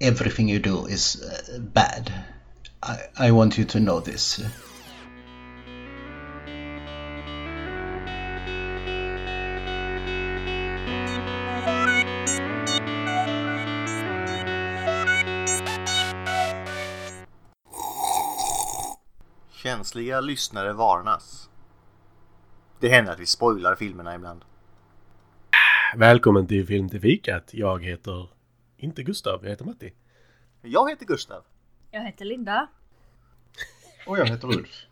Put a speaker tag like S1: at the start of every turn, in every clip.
S1: everything you do is uh, bad. I, I want you to know this.
S2: Känsliga lyssnare varnas. Det händer att vi spoilar filmerna ibland.
S3: Välkommen till Film till fikat. Jag heter inte Gustav, jag heter Matti.
S2: Jag heter Gustav.
S4: Jag heter Linda.
S5: Och jag heter Ulf.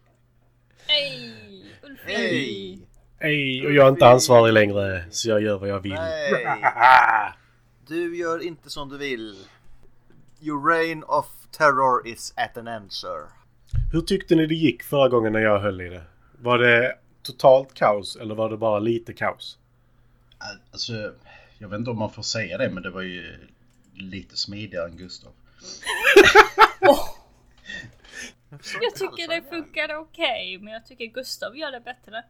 S4: Hej! Ulfi!
S2: Hej!
S3: Hej, och jag är inte ansvarig längre, så jag gör vad jag vill. Ah!
S2: Nej! Du gör inte som du vill. Your reign of terror is at an end sir.
S3: Hur tyckte ni det gick förra gången när jag höll i det? Var det totalt kaos eller var det bara lite kaos?
S5: Alltså, jag vet inte om man får säga det, men det var ju lite smidigare än Gustav.
S4: Jag tycker det funkar okej, men jag tycker Gustav gör det bättre.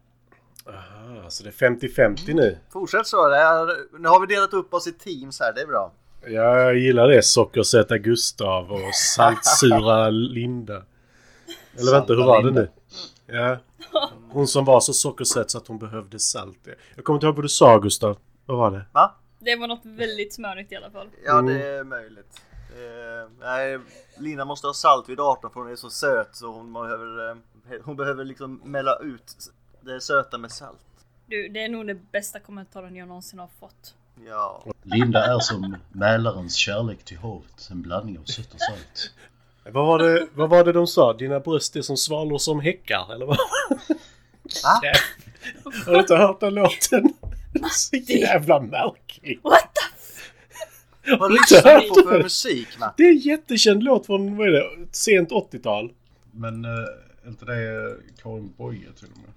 S3: Aha, Ah, så det är 50-50 nu.
S2: Fortsätt så. Det här, nu har vi delat upp oss i teams här, det är bra.
S3: Jag gillar det, sockersöta Gustav och saltsura Linda. Eller vänta, hur var det nu? Ja. Hon som var så sockersöt så att hon behövde salt. Jag kommer inte ihåg vad du sa Gustav. Vad var det?
S2: Va?
S4: Det var något väldigt smörigt i alla fall.
S2: Ja, det är möjligt. Eh, nej, Lina måste ha salt vid 18 för hon är så söt så hon behöver, eh, hon behöver liksom mälla ut det söta med salt.
S4: Du, det är nog den bästa kommentaren jag någonsin har fått.
S2: Ja.
S5: Linda är som Mälarens kärlek till havet, en blandning av sött och salt.
S3: Vad var, det, vad var det de sa? Dina bröst är som svalor som häckar, eller vad?
S2: Va?
S3: Har du inte hört den låten? Den är
S4: Alltså,
S3: Så jävla märklig!
S4: What the f-
S3: Har
S2: Vad
S3: du
S2: lyssnar
S3: inte
S2: du på
S3: hört
S2: för
S3: den?
S2: musik Matt?
S3: Det är en jättekänd låt från, vad är det, sent 80-tal?
S5: Men eh, är inte det Karin Boye till och med?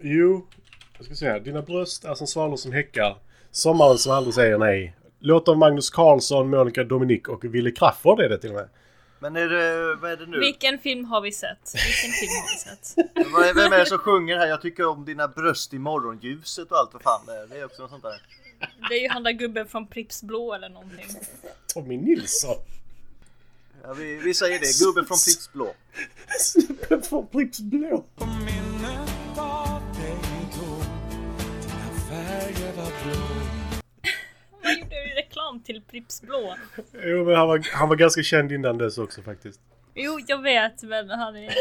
S3: Jo, jag ska säga. Dina bröst är som svalor som häckar. Sommaren som aldrig säger nej. Låt av Magnus Carlsson, Monica Dominic och Wille Crafoord är det till och med.
S2: Men är det, vad är det nu?
S4: Vilken film har vi sett? Vilken film har vi sett?
S2: Vad är- Vem är det som sjunger här? Jag tycker om dina bröst i morgonljuset och allt vad fan det är. Det är också något sånt där.
S4: Det är ju han där gubben från Pripps Blå eller någonting.
S3: Tommy Nilsson!
S2: Ja, vi, vi säger det. Gubben från Pripps Blå.
S3: Snubben från Pripps Blå!
S6: Minnet av dig då när färger var blå
S4: Han gjorde ju reklam till Pripps Blå.
S3: Jo, men han var, han var ganska känd innan dess också faktiskt.
S4: Jo, jag vet, men han är...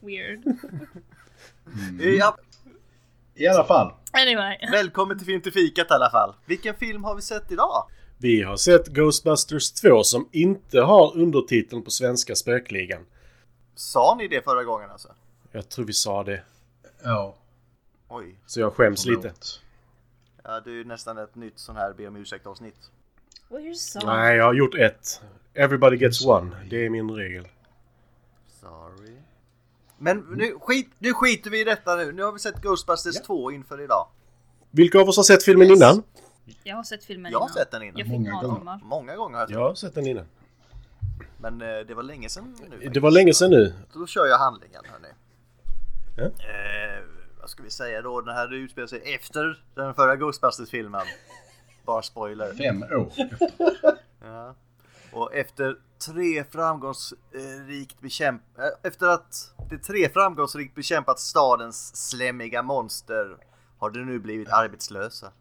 S4: Weird.
S3: Mm.
S2: Ja,
S5: I alla fall,
S4: Anyway.
S2: välkommen till Film till fikat i alla fall. Vilken film har vi sett idag?
S3: Vi har sett Ghostbusters 2 som inte har undertiteln på svenska spökligan.
S2: Sa ni det förra gången alltså?
S3: Jag tror vi sa det,
S5: ja.
S2: Oj,
S3: så jag skäms lite.
S5: förlåt.
S2: ja, det är ju nästan ett nytt sån här be om ursäkt avsnitt.
S4: We're so...
S3: Nej, jag har gjort ett. Everybody gets one. Det är min regel.
S2: Sorry. Men nu, skit, nu skiter vi i detta nu. Nu har vi sett Ghostbusters 2 inför idag.
S3: Vilka av oss har sett filmen innan?
S4: Jag har sett filmen
S2: Jag har
S4: innan.
S2: sett den innan.
S4: Jag fick
S5: Många gånger.
S4: mardrömmar.
S2: Många gånger har jag sett
S3: Jag har sett den innan.
S2: Men eh, det var länge sedan nu.
S3: Det
S2: faktiskt.
S3: var länge sedan nu.
S2: Då kör jag handlingen hörni.
S3: Ja.
S2: Eh, vad ska vi säga då? Den här utspelar sig efter den förra Ghostbusters-filmen. Bara spoiler.
S5: Fem år efter.
S2: Ja. Och efter tre framgångsrikt bekämp... eh, Efter att de tre framgångsrikt bekämpat stadens slemmiga monster har de nu blivit arbetslösa.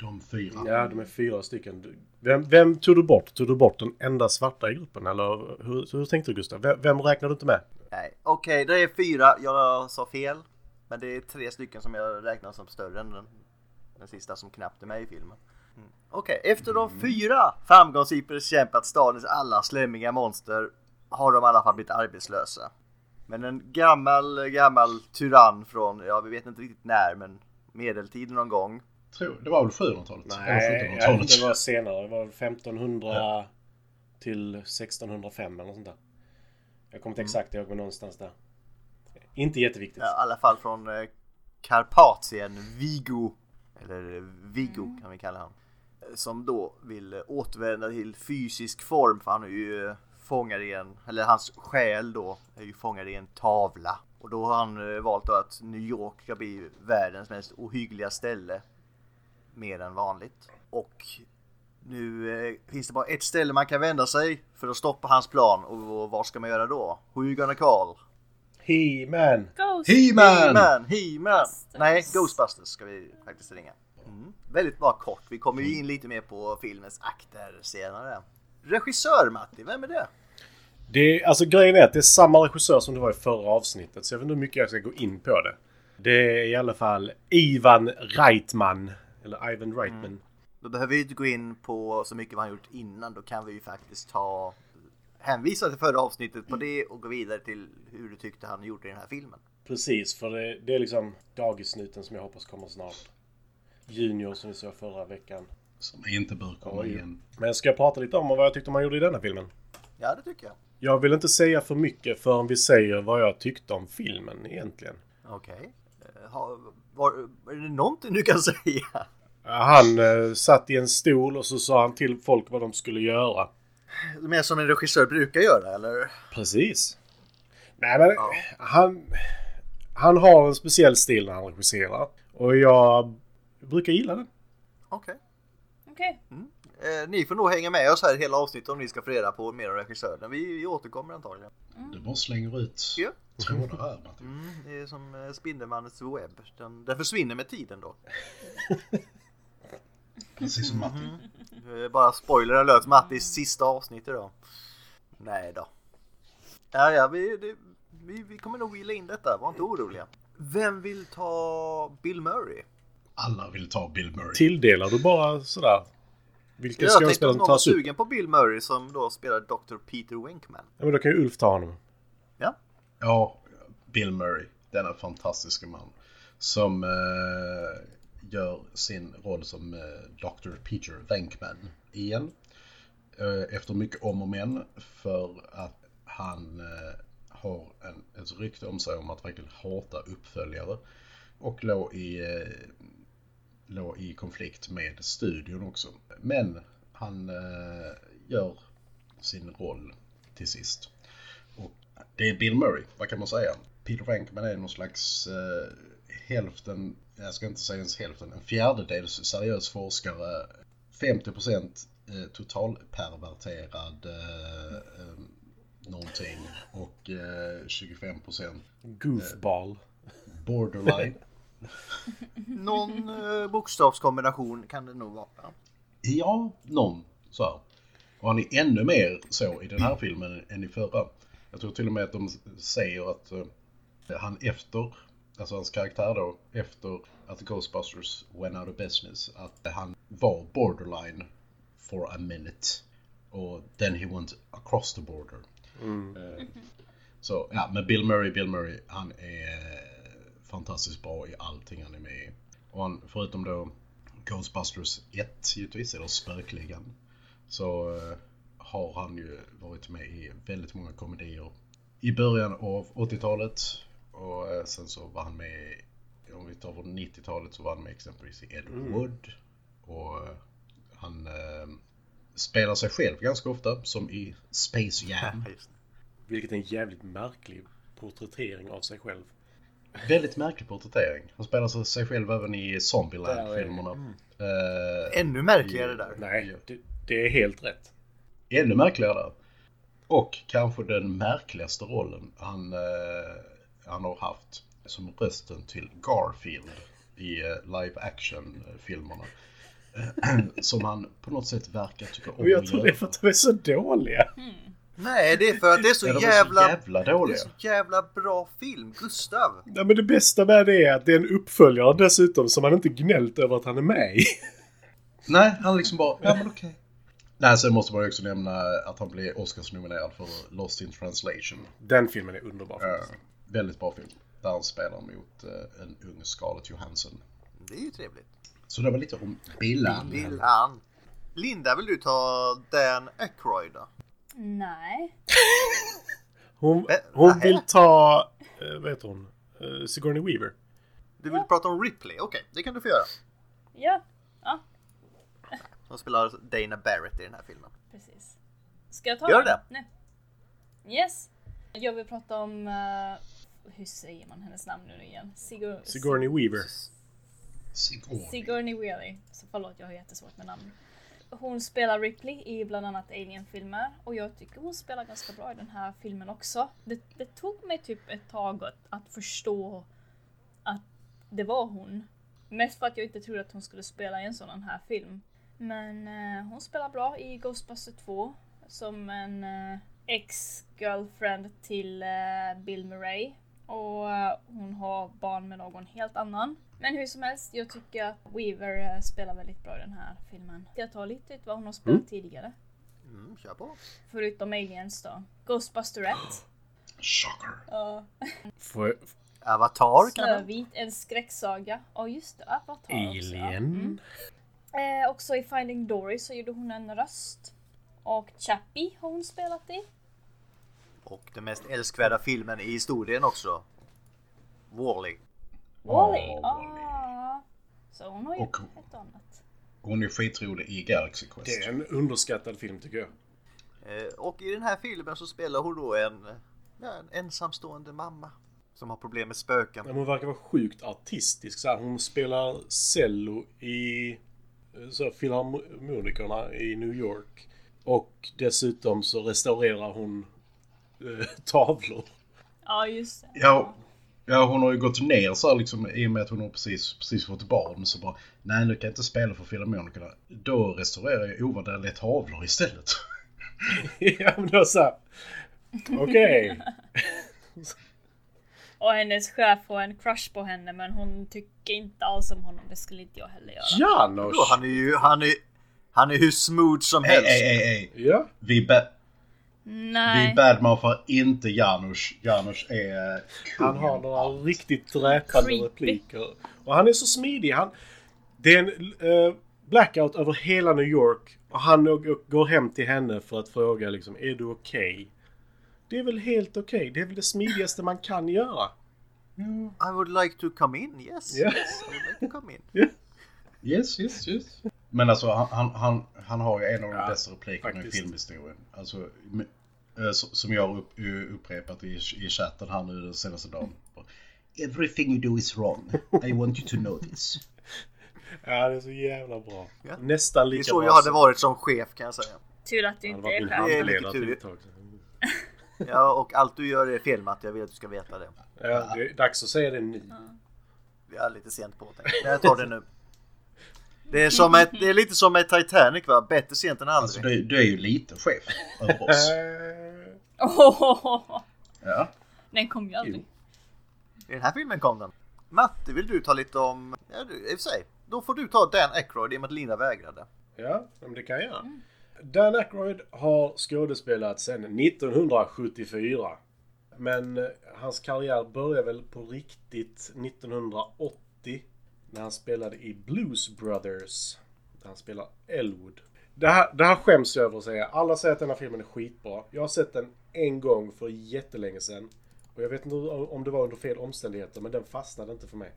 S5: De fyra.
S3: Ja, de är fyra stycken. Vem, vem tog du bort? Tog du bort den enda svarta i gruppen? Eller hur, hur tänkte du Gustav? Vem, vem räknar du inte med?
S2: Nej, okej, det är fyra. Jag sa fel. Men det är tre stycken som jag räknar som större än den, den sista som knappt är med i filmen. Mm. Okej, efter de fyra framgångsrikt bekämpat stadens alla slemmiga monster har de i alla fall blivit arbetslösa. Men en gammal, gammal tyrann från, ja vi vet inte riktigt när, men medeltiden någon gång.
S5: Tror, det var väl 700-talet? Eller
S3: ja,
S5: 1700-talet?
S3: det var senare. Det var 1500 till 1605 eller något sånt där. Jag kommer inte exakt ihåg, men någonstans där. Inte jätteviktigt.
S2: Ja, I alla fall från eh, Karpatien, Vigo. Eller Viggo kan vi kalla honom. Eh, Som då vill eh, återvända till fysisk form för han är ju eh, fångad i en, eller hans själ då, är ju fångad i en tavla. Och då har han eh, valt då att New York ska bli världens mest ohyggliga ställe. Mer än vanligt. Och Nu eh, finns det bara ett ställe man kan vända sig för att stoppa hans plan och, och vad ska man göra då? Who you gonna call?
S3: He-Man!
S4: Ghost!
S5: He-Man!
S2: He-Man! He-Man!
S4: Ghostbusters.
S2: Nej, Ghostbusters ska vi faktiskt ringa. Mm. Väldigt bara kort, vi kommer ju in lite mer på filmens akter senare. Regissör Matti, vem är det?
S3: Det är, alltså grejen är att det är samma regissör som det var i förra avsnittet, så jag vet inte hur mycket jag ska gå in på det. Det är i alla fall Ivan Reitman. Eller Ivan Reitman.
S2: Då behöver vi inte gå in på så mycket vad han gjort innan, då kan vi ju faktiskt ta hänvisa till förra avsnittet på det och gå vidare till hur du tyckte han gjorde i den här filmen.
S3: Precis, för det, det är liksom dagisnuten som jag hoppas kommer snart. Junior som vi såg förra veckan.
S5: Som inte bör komma
S3: Oj.
S5: igen.
S3: Men ska jag prata lite om vad jag tyckte man gjorde i denna filmen?
S2: Ja, det tycker jag.
S3: Jag vill inte säga för mycket förrän vi säger vad jag tyckte om filmen egentligen.
S2: Okej. Eh, ha- Var, är det någonting du kan säga?
S3: Han eh, satt i en stol och så sa han till folk vad de skulle göra.
S2: Mer som en regissör brukar göra, eller?
S3: Precis. Nej men han, han har en speciell stil när han regisserar. Och jag brukar gilla den.
S2: Okej.
S4: Okej.
S2: Eh, ni får nog hänga med oss här hela avsnittet om ni ska få reda på mer om regissören. Vi, vi återkommer antagligen.
S5: Du bara slänger ut
S2: Ja.
S5: trådar här Martin.
S2: Mm, det är som eh, Spindelmannens webb. Den, den försvinner med tiden då.
S5: Precis som Martin.
S3: Mhm.
S2: Eh, Bara spoiler alert, Mattis sista avsnitt idag. Nej då. Ja, ja, vi, det, vi, vi kommer nog gilla in detta, var inte oroliga. Vem vill ta Bill Murray?
S5: Alla vill ta Bill Murray.
S3: Tilldelar du bara sådär? Vilken
S2: Jag tänkte att
S3: skådespelare
S2: någon
S3: som
S2: var
S3: tas upp?
S2: sugen på Bill Murray som då spelar Dr. Peter Winkman.
S3: Ja, men då kan ju Ulf ta honom.
S2: Ja,
S5: Ja, Bill Murray. Denna fantastiska man. Som eh, gör sin roll som eh, Dr. Peter Venkman igen. Eh, efter mycket om och men. För att han eh, har en, ett rykte om sig om att verkligen hata uppföljare. Och låg i, eh, låg i konflikt med studion också. Men han eh, gör sin roll till sist. Och det är Bill Murray, vad kan man säga? Peter Venkman är någon slags eh, hälften, jag ska inte säga ens hälften, en fjärdedels seriös forskare, 50% eh, totalperverterad eh, eh, någonting och eh, 25%
S3: Goofball.
S5: borderline.
S2: någon eh, bokstavskombination kan det nog vara.
S5: Ja, någon så här. Och han är ännu mer så i den här filmen än i förra. Jag tror till och med att de säger att eh, han efter, alltså hans karaktär då, efter att Ghostbusters went out of business, att han var borderline for a minute. Och then he went across the border. Eh, Så ja, men Bill Murray, Bill Murray, han är fantastiskt bra i allting han är med i. Och han, förutom då Ghostbusters 1 givetvis, eller Spökligan, så eh, har han ju varit med i väldigt många komedier i början av 80-talet och eh, sen så var han med, om vi tar från 90-talet så var han med exempelvis i Edward Wood och eh, han eh, spelar sig själv ganska ofta som i Space Jam.
S2: Ja, just det.
S3: Vilket är en jävligt märklig porträttering av sig själv.
S5: väldigt märklig porträttering. Han spelar sig- sig själv även i
S3: Där mm. är-
S5: Zombieland-filmerna. Eh,
S2: Ännu märkligare där.
S3: Nej, det, det är helt rätt.
S5: Eh, ännu märkligare där. Och kanske den märkligaste rollen han, eh, han har haft som rösten till Garfield i eh, live action-filmerna. Eh, som han på något sätt verkar tycka om
S3: Och jag
S5: att
S3: tror det är
S5: göra.
S3: för att de är så dåliga.
S2: Nej, det är för att det är så
S5: Ja, de är
S2: jävla...
S5: så jävla
S2: Det är
S5: dåliga.
S2: så jävla bra film. Gustav!
S3: Nej, men det bästa med det är att det är en uppföljare dessutom som man inte gnällt över att han är med i.
S5: Nej, han liksom bara, ja men okej. Nej, sen måste man ju också nämna att han blev Oscars-nominerad för Lost in translation.
S3: Den filmen är underbar faktiskt.
S5: Eh, väldigt bra film. Där han spelar mot eh, en ung Scarlett Johansson.
S2: Det är ju trevligt.
S5: Så det var lite om Billan.
S2: Vill han. Linda, vill du ta Dan Aykroyd då?
S4: Nej.
S3: Hon,
S2: Eh,
S3: hon
S2: nej.
S3: vill ta... eh, Vad heter hon? Eh, Sigourney Weaver.
S2: Du vill prata om Ripley? Okej, det kan du få göra.
S4: Ja. Ja,
S2: Som spelar Dana Barrett i den här filmen.
S4: precis. Ska jag ta
S2: Gör
S4: den?
S2: det.
S4: Nej. Yes. Jag vill prata om... eh, hur säger man hennes namn nu igen? Sigur...
S3: Sigourney Weaver.
S5: Sigourney.
S4: Sigourney Weaver. Så förlåt, jag har jättesvårt med namn. Hon spelar Ripley i bland annat Alien-filmer och jag tycker hon spelar ganska bra i den här filmen också. Det, det tog mig typ ett tag att, att förstå att det var hon. Mest för att jag inte trodde att hon skulle spela i en sådan här film. Men eh, hon spelar bra i Ghostbusters 2 som en eh, ex-girlfriend till eh, Bill Murray. Och eh, hon har barn med någon helt annan. Men hur som helst, jag tycker att Weaver eh, spelar väldigt bra i den här filmen. Jag tar lite ut vad hon har spelat tidigare.
S2: Mm, kör på.
S4: Förutom Aliens då. Ghostbusterette.
S5: Shocker.
S4: Ja.
S3: Får jag-
S2: Avatar kan det
S4: Snövit, en skräcksaga. Ja just det, Avatar också. ja.
S3: Alien?
S4: Eh, också i Finding Dory så gjorde hon en röst. Och Chappie har hon spelat i.
S2: Och den mest älskvärda filmen i historien också. Wall-E.
S4: Wally!
S5: Åh,
S4: ah. Så hon har gjort
S5: Och-
S4: ett och annat.
S5: Hon är skitrolig i Galaxy Quest.
S3: Det är en underskattad film tycker jag.
S2: Eh, Och i den här filmen så spelar hon då en, ja, en ensamstående mamma. Som har problem med spöken.
S5: Mm.
S3: Men hon verkar vara sjukt artistisk. Så här, hon spelar cello i eh, så här, Filharmonikerna i New York. Och dessutom så restaurerar hon eh, tavlor.
S4: Ja just det.
S5: Ja, ja, hon har ju gått ner så här liksom i och med att hon har precis, precis fått barn så bara Nej, nu kan jag inte spela för Filharmonikerna. Då restaurerar jag ovärderliga tavlor istället.
S3: ja men det var såhär... Okej.
S4: Och hennes chef har en crush på henne men hon tycker inte alls om honom. Det skulle inte jag heller göra.
S3: Janos!
S2: Då, han är ju han är, han är hur smooth som
S5: Hej,
S2: helst.
S5: hej, hej, hej.
S3: Ja.
S5: Vi, ba- vi
S4: Nej.
S5: badmouthar inte Janusz. Janusz är eh,
S3: Han har några riktigt dräpande
S4: Creepy.
S3: repliker. Och han är så smidig. Han, det är en eh, blackout över hela New York. Och han å- går hem till henne för att fråga liksom, är du okej? Det är väl helt okej. Det är väl det smidigaste man kan göra.
S2: I would like to come in, yes.
S3: Ja.
S2: yes I would like to come in.
S5: Yes, yes, yes. Men alltså han, han, han, han har ju en av de
S3: Ja,
S5: bästa replikerna
S3: faktiskt.
S5: i filmhistorien. Alltså, m- eh, s- som jag har upp, eh, upprepat i, i chatten här nu den senaste dagen. Everything you do is wrong. I want you to know this.
S3: Ja, det är så jävla bra.
S2: Ja.
S3: Nästan
S2: Det är
S3: lika
S2: så
S3: bra
S2: jag hade
S3: som-
S2: varit som chef kan jag säga.
S4: Tur att du
S3: Han
S4: inte
S3: var
S4: är
S3: min
S4: själv.
S2: Det är
S3: handledare
S2: lite
S3: till
S2: tur.
S3: ett tag sedan.
S2: Ja, och allt du gör är fel Matt. Jag vill att du ska veta det.
S3: Ja, det är dags att säga det nu.
S2: Vi är lite sent på tänk. Jag tar det nu. Det är, som ett, det är lite som med Titanic va? Bättre sent än
S5: Alltså
S2: aldrig.
S5: du, du är ju lite chef över oss.
S3: Eh,
S4: Åhåhåhå.
S5: Ja.
S4: Den kom ju aldrig.
S3: Jo.
S2: I den här filmen kom den. Matte, vill du ta lite om... Ja, du, i och för sig. Då får du ta Dan Aykroyd i och med att Lina vägrade.
S3: Ja, men det kan jag göra. Dan Aykroyd har skådespelat sedan 1974. Men eh, hans karriär började väl på riktigt 1980 när han spelade i Blues Brothers. Där han spelar Elwood. Det här, det här skäms jag över att säga. Alla säger att den här filmen är skitbra. Jag har sett den en gång för jättelänge sedan. Och jag vet inte om det var under fel omständigheter, men den fastnade inte för mig.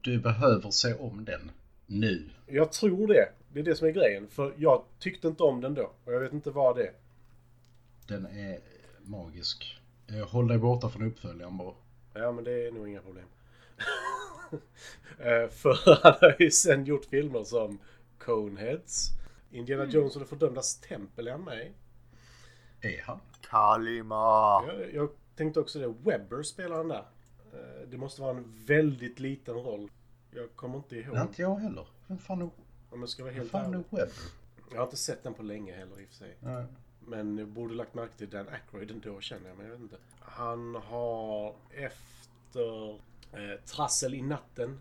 S5: Du behöver se om den. Nu.
S3: Jag tror det. Det är det som är grejen. För jag tyckte inte om den då. Och jag vet inte vad det är.
S5: Den är magisk. Eh, Håll dig borta från uppföljaren bara.
S3: Ja, men det är nog inga problem. Eh, För han har ju sen gjort filmer som Coneheads, Indiana Jones och det fördömdas tempel är han med i.
S5: Är han?
S2: Kalima!
S3: jag, jag tänkte också det, Webber spelar han där. Eh, Det måste vara en väldigt liten roll. Jag kommer inte ihåg
S5: Nej, inte jag heller. Vem fan är,
S3: om jag ska vara
S5: vem
S3: Mm. helt
S5: fan
S3: ärlig.
S5: är Webb?
S3: Jag har inte sett den på länge heller i och för sig.
S5: Nej.
S3: Men jag borde lagt märke till Dan Aykroyd ändå känner jag, men jag vet inte. Han har efter eh, Trassel i natten,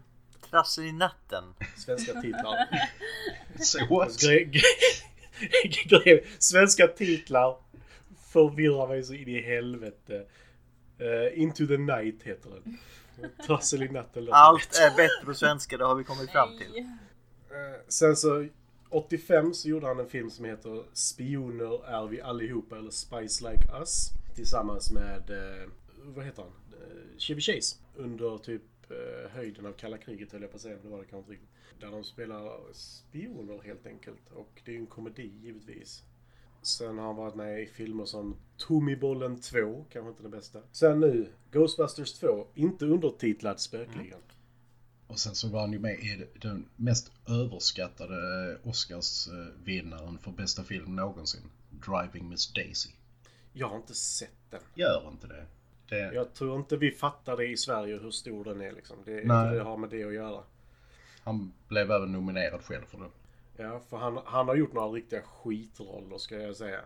S2: Trassel i natten.
S3: svenska titlar.
S5: Say what?
S3: Gre- gre- gre- Svenska titlar förvirrar mig så in i helvete. Eh, Into the night heter den. Trassel i natten låter
S2: Allt
S3: bättre.
S2: är bättre på svenska, det har vi kommit fram till.
S4: Nej.
S3: Eh, Sen så 85 så gjorde han en film som heter Spioner är vi allihopa eller Spice Like Us. Tillsammans med, eh, vad heter han? Eh, Chevy Chase. Under typ eh, höjden av kalla kriget höll jag på att säga, men det var det kanske inte riktigt. Där de spelar spioner helt enkelt. Och det är ju en komedi givetvis. Sen har han varit med i filmer som Tommybollen 2, kanske inte det bästa. Sen nu, Ghostbusters 2, inte undertitlad spökligan.
S5: Och sen så var han ju med i den mest överskattade eh, Oscarsvinnaren för bästa film någonsin. Driving Miss Daisy.
S3: Jag har inte sett den.
S5: Gör inte det. det
S3: Jag tror inte vi fattar det i Sverige hur stor den är liksom. Det, jag
S5: Nej.
S3: tror det har med det att göra.
S5: Han blev även nominerad själv för det.
S3: Ja, för han, han har gjort några riktiga skitroller ska jag säga.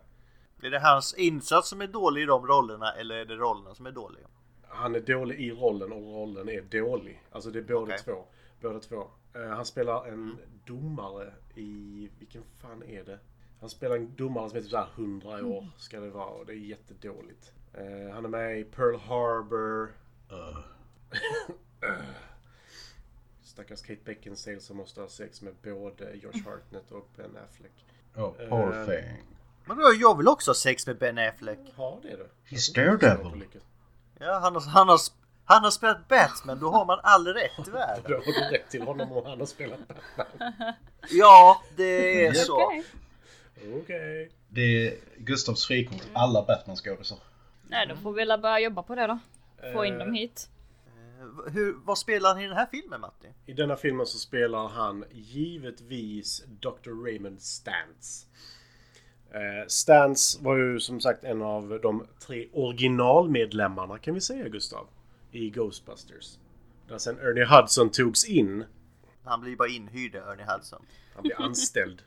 S2: Är det hans insats som är dålig i de rollerna eller är det rollerna som är dåliga?
S3: Han är dålig i rollen och rollen är dålig. Alltså det är båda
S2: Okej.
S3: två. Båda två. Eh, han spelar en domare i... Vilken fan är det? Han spelar en domare som är typ såhär 100 år ska det vara och det är jättedåligt. Eh, han är med i Pearl Harbor.
S5: Eh.
S3: Stackars Kate Beckinsale som måste ha sex med både Josh Hartnett och Ben Affleck.
S5: Oh, poor
S3: Eh.
S5: thing.
S2: Men då, jag vill också ha sex med Ben Affleck.
S3: Har det du?
S5: He's Daredevil.
S2: Ja, han har, han har, sp- han har spelat Batman, då har man all rätt i världen.
S3: Då har du rätt till honom och han har spelat Batman.
S2: Ja, det är så.
S4: Okej.
S3: Okej.
S5: Det är Gustavs frikort. Alla Batman-skådisar.
S4: Nej, då får vi väl börja jobba på det då. Få in
S3: Eh,
S4: dem hit.
S2: Eh, Hur, vad spelar han i den här filmen Matti?
S3: I denna filmen så spelar han givetvis Dr. Raymond Stantz. Eh, Stantz var ju som sagt en av de tre originalmedlemmarna kan vi säga Gustav. I Ghostbusters. Där sen Ernie Hudson togs in.
S2: Han blir bara inhyrd Ernie Hudson.
S3: Han blev anställd.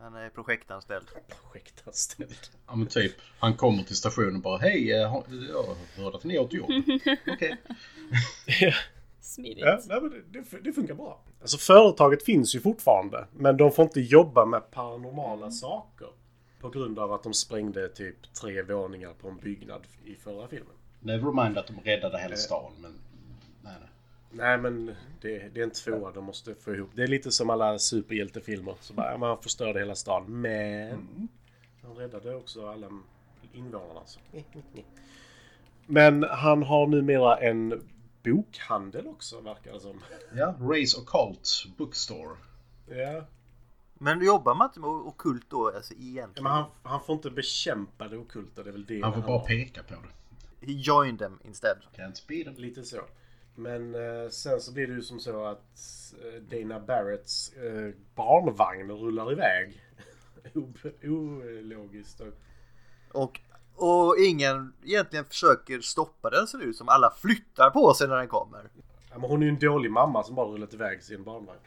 S2: Han är projektanställd.
S3: Projektanställd.
S5: Ja men typ, han kommer till stationen och bara hej, eh, har- jag hörde att ni åt jobb. Okej.
S4: Smidigt.
S3: Ja, nej, men det- det, det funkar bra. Alltså företaget finns ju fortfarande. Men de får inte jobba med paranormala saker. På grund av att de sprängde typ tre våningar på en byggnad i förra filmen.
S5: Nevermind att de räddade hela stan men nej nej.
S3: Nej men det, det är en tvåa de måste få ihop. Det är lite som alla superhjältefilmer. Så bara, ja, man förstörde hela stan. Men... Han räddade också alla invånarna. Så. Men han har numera en bokhandel också verkar det som.
S5: Ja, Race Occult Bookstore.
S3: Ja.
S2: Men jobbar man inte med okult då alltså
S3: Ja,
S2: egentligen?
S3: Men han, han får inte bekämpa det ockulta. Det är väl det
S5: Han får bara
S3: har.
S5: peka på det.
S2: He joined them instead.
S5: Can't beat them.
S3: Lite så. Men eh, sen så blir det ju som så att eh, Dana Barretts eh, barnvagn rullar iväg. Ob- Ologiskt. och-
S2: Och, och ingen egentligen försöker stoppa den ser det ut som. Alla flyttar på sig när den kommer.
S3: Ja, men hon är ju en dålig mamma som bara rullat iväg sin barnvagn.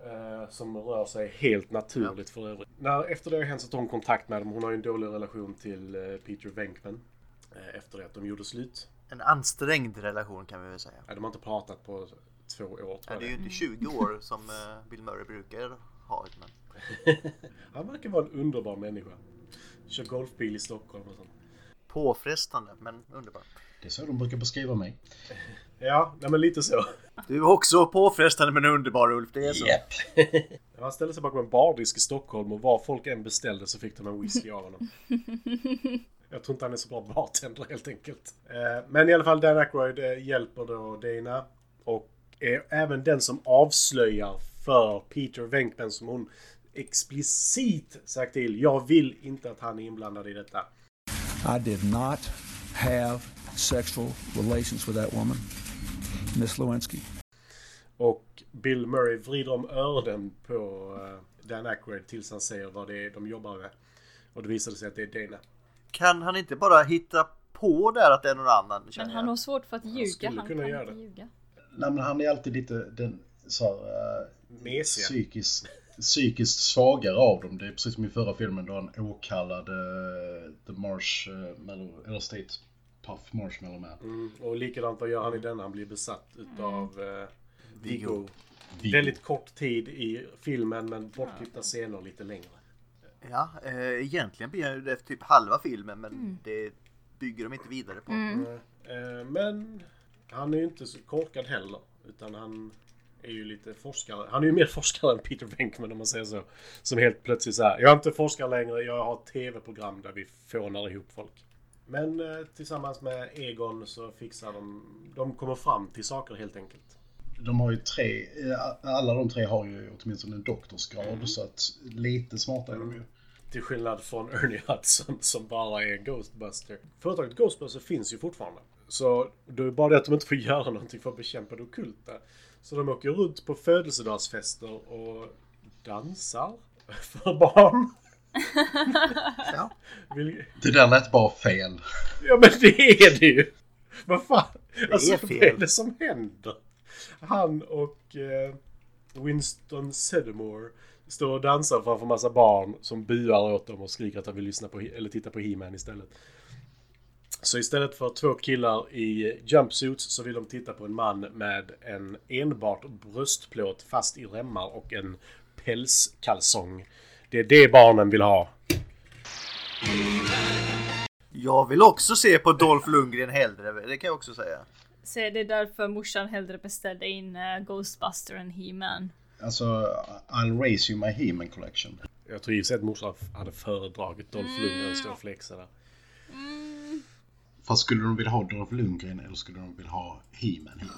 S3: Eh, som rör sig helt naturligt för övrigt. När, efter det har hänt så tar hon kontakt med dem. Hon har ju en dålig relation till eh, Peter Venkman. Eh, efter det att de gjorde slut.
S2: En ansträngd relation kan vi väl säga.
S3: Ja, de har inte pratat på två år. tror
S2: Ja,
S3: jag
S2: det är ju inte 20 år som eh, Bill Murray brukar ha. Men...
S3: Han verkar vara en underbar människa. Kör golfbil i Stockholm och sånt.
S2: Påfrestande men underbart.
S5: Det är så de brukar beskriva mig.
S3: Ja, nej men lite så.
S2: Du är också påfrestande men underbar Ulf, det är så.
S5: Japp.
S3: Han ställde sig bakom en bardisk i Stockholm och vad folk än beställde så fick de en whisky av honom. Jag tror inte han är så bra bartender helt enkelt. Eh, Men i alla fall Dan Aykroyd eh, hjälper då Dana. Och är även den som avslöjar för Peter Venkman som hon explicit sagt till. Jag vill inte att han är inblandad i detta.
S7: I did not have sexual relations with that woman, Miss Lewinsky.
S3: Och Bill Murray vrider om öronen på eh, Dan Aykroyd tills han säger vad det är de jobbar med. Och det visade sig att det är Dana.
S2: Kan han inte bara hitta på där att det är någon annan?
S4: Men
S2: känner
S4: han
S2: jag?
S4: har svårt för att ljuga.
S3: skulle
S4: Han
S3: kunna
S4: kan
S3: göra
S4: inte
S3: det.
S4: ljuga.
S5: Nej men han är alltid lite den så här, eh,
S3: Mesiga.
S5: psykiskt, psykiskt svagare av dem. Det är precis som i förra filmen då han åkallade eh, The Marsh, eh, Mellow- eller State Puff Marshmallow Man.
S3: Mm, och likadant vad gör han i denna? Han blir besatt utav eh, Viggo.
S5: Viggo.
S3: Väldigt kort tid i filmen men bortklippta scener lite längre.
S2: Ja, eh, egentligen blir det typ halva filmen men det bygger de inte vidare på.
S3: Eh, men han är ju inte så korkad heller. Utan han är ju lite forskare. Han är ju mer forskare än Peter Venkman om man säger så. Som helt plötsligt så här. Jag är inte forskare längre. Jag har ett tv-program där vi fånar ihop folk. Men eh, tillsammans med Egon så fixar de... De kommer fram till saker helt enkelt.
S5: De har ju tre, eh, alla de tre har ju åtminstone en doktorsgrad så att lite smarta är de ju.
S3: Till skillnad från Ernie Hudson som bara är Ghostbuster. Företaget Ghostbuster finns ju fortfarande. Så det är bara det att de inte får göra någonting för att bekämpa det ockulta. Så de åker runt på födelsedagsfester och dansar för barn.
S2: Ja.
S3: Vil-
S5: Det där lät bara fel.
S3: Ja men det är det ju! Vad fan? Alltså
S2: fel.
S3: vad är det som händer? Han och eh, Winston Sedamore står och dansar framför massa barn som buar åt dem och skriker att de vill lyssna på He- eller titta på He-Man istället. Så istället för två killar i jumpsuits så vill de titta på en man med en enbart bröstplåt fast i remmar och en pälskalsong. Det är det barnen vill ha.
S2: Jag vill också se på Dolph Lundgren hellre, det kan jag också säga.
S4: Så det är därför morsan hellre beställde in eh, Ghostbuster än He-Man.
S5: Alltså, I'll raise you my He-Man collection.
S3: Jag tror i och för sig att morsan hade föredragit Dolph Lundgren stå och flexa där.
S5: Fast skulle de vilja ha Dolph Lundgren eller skulle de vilja ha He-Man? He-Man?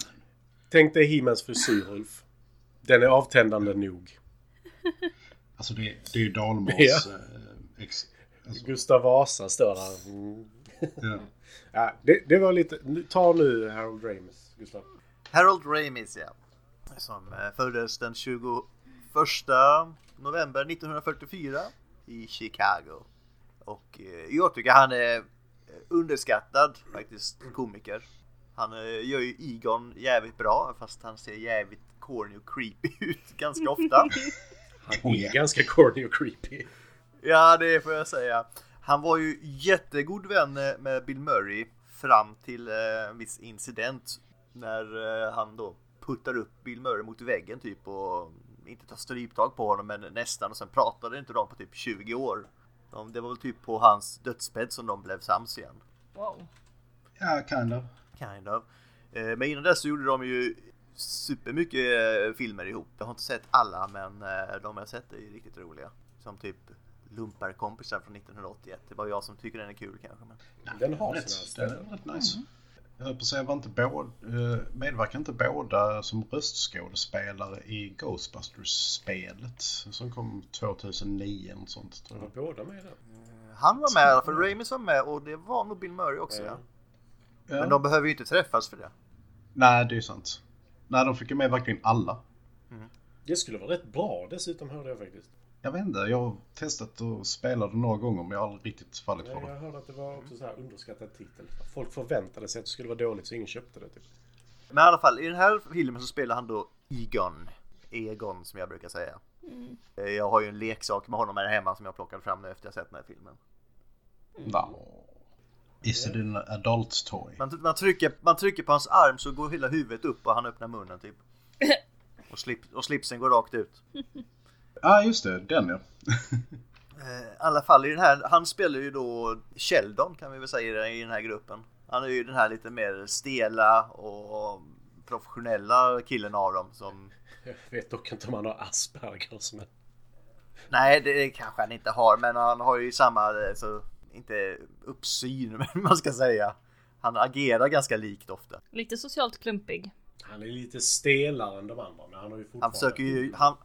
S3: Tänk dig Himens frisyr, Ulf. Den är avtändande nog.
S5: Alltså det, det är ju Dalmas...
S3: Ja.
S5: eh, ex, alltså,
S3: Gustav Vasa står där. Mm.
S5: ja.
S3: Ja, det, det var lite... nu- Ta nu Harold Ramis, Gustav.
S2: Harold Ramis ja. Som eh, föddes den 21 november 1944 i Chicago. Och eh, jag tycker han är underskattad faktiskt komiker. Han eh, gör ju Egon jävligt bra fast han ser jävligt corny och creepy ut ganska ofta.
S3: Han
S2: Oh,
S3: är ganska corny och creepy.
S2: Ja, det får jag säga. Han var ju jättegod vän eh, med Bill Murray fram till eh, en viss incident när eh, han då puttar upp Bill Murray mot väggen typ och inte tar stryptag på honom men nästan och sen pratade inte de på typ 20 år. De, det var väl typ på hans dödsbädd som de blev sams igen.
S4: Wow.
S5: ja, kind of.
S2: Kind of. Eh, Men innan dess så gjorde de ju supermycket eh, filmer ihop. Jag har inte sett alla men eh, de jag sett är ju riktigt roliga. Som typ Lumparkompisar från 1981. Det är bara jag som tycker den är kul kanske. Men...
S3: Den har
S5: Rätt,
S3: sina
S5: den
S3: ställen.
S5: är rätt nice. Jag höll på att säga, var inte båda, eh, medverkade inte båda som röstskådespelare i Ghostbusters-spelet som kom 2009? eller sånt, tror jag.
S3: Var Båda med den.
S2: Han var med i alla fall, Ramis var med och det var nog Bill Murray också ja.
S5: Ja.
S2: Men de behöver ju inte träffas för det.
S5: Nej, det är sant. Nej, de fick ju med verkligen alla.
S3: Det skulle vara rätt bra dessutom, hörde jag faktiskt.
S5: Jag vet inte, jag har testat att spela det några gånger men jag har aldrig riktigt fallit
S3: Nej,
S5: för
S3: jag
S5: det.
S3: hörde att det var också så här underskattad titel. Folk förväntade sig att det skulle vara dåligt så ingen köpte det. Typ.
S2: Men i alla fall, i den här filmen så spelar han då Egon. Egon som jag brukar säga. Eh, Jag har ju en leksak med honom här hemma som jag plockade fram nu efter jag sett den här filmen.
S5: No. Is it an adult toy?
S2: Man, man, trycker, man trycker på hans arm så går hela huvudet upp och han öppnar munnen typ. Och, slip, och slipsen går rakt ut.
S5: Ja, ah, just det. Den ja.
S2: Eh, I alla fall i den här, han spelar ju då Sheldon kan vi väl säga i den här gruppen. Han är ju den här lite mer stela och professionella killen av dem som
S3: Jag vet dock inte om han har Aspergers, men...
S2: Nej, det kanske han inte har, men han har ju samma, alltså, inte uppsyn, men man ska säga. Han agerar ganska likt ofta.
S4: Lite socialt klumpig.
S3: Han är lite stelare än de andra, men han har ju fortfarande...
S2: Han försöker ju, han,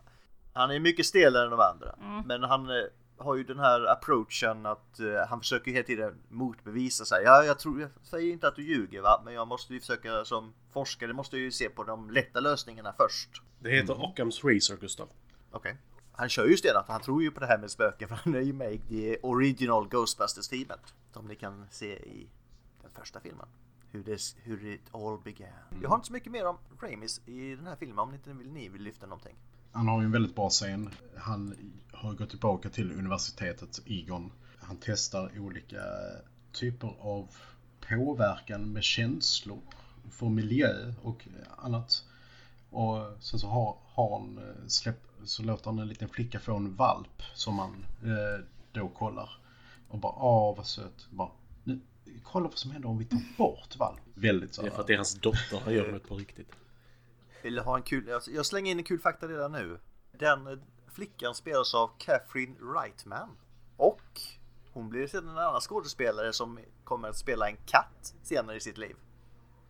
S2: han är mycket stelare än de andra, men han eh, har ju den här approachen att eh, han försöker ju hela tiden motbevisa sig. Ja, jag tror, jag säger inte att du ljuger va, men jag måste ju försöka som forskare, måste jag ju se på de lätta lösningarna först.
S3: Det heter
S2: Mm.
S3: Occam's Razor, Gustav.
S2: Okej. Han kör ju stenhårt, han tror ju på det här med spöken för han är ju med i det original Ghostbusters-teamet. Som ni kan se i den första filmen. Hur, det, hur it all began. Jag har inte så mycket mer om Ramis i den här filmen om ni inte vill, ni vill lyfta någonting.
S5: Han har ju en väldigt bra scen. Han har gått tillbaka till universitetet, Egon. Han testar olika typer av påverkan med känslor för miljö och annat. Och sen så har, har han eh, släpp, så låter han en liten flicka få en valp som han eh, då kollar. Och bara, ah vad söt. Bara, nu, kolla vad som händer om vi tar bort valp. Väldigt så
S3: Det är
S5: här.
S3: för att det är hans dotter han gör det på riktigt.
S2: Vill ni ha en kul, jag- jag slänger in en kul fakta redan nu. Den eh, flickan spelas av Catherine Reitman. Och hon blir sedan en annan skådespelare som kommer att spela en katt senare i sitt liv.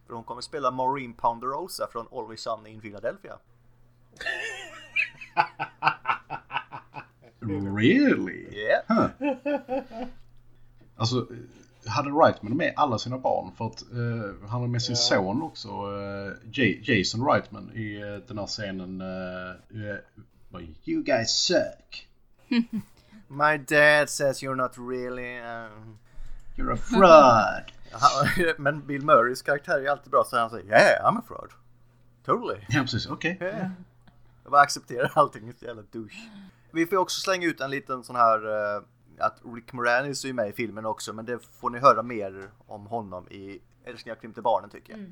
S2: För hon kommer spela Maureen Ponderosa från Always Sunny in Philadelphia.
S5: Really?
S2: Yeah.
S5: Alltså, hade Reitman med alla sina barn för att eh, han har med sin son också, eh, J- Jason Reitman i eh, den här scenen eh, eh, vad- You guys suck!
S2: My dad says you're not really... um,
S5: You're a fraud!
S2: Han- Men Bill Murrays karaktär är ju alltid bra så han säger yeah I'm a fraud. Totally.
S5: ja precis, okej.
S2: Yeah. Jag bara accepterar allting, så jävla douche. Vi får ju också slänga ut en liten sån här eh, att Rick Moranis är ju med i filmen också men det får ni höra mer om honom i Älskling jag krympte barnen tycker jag.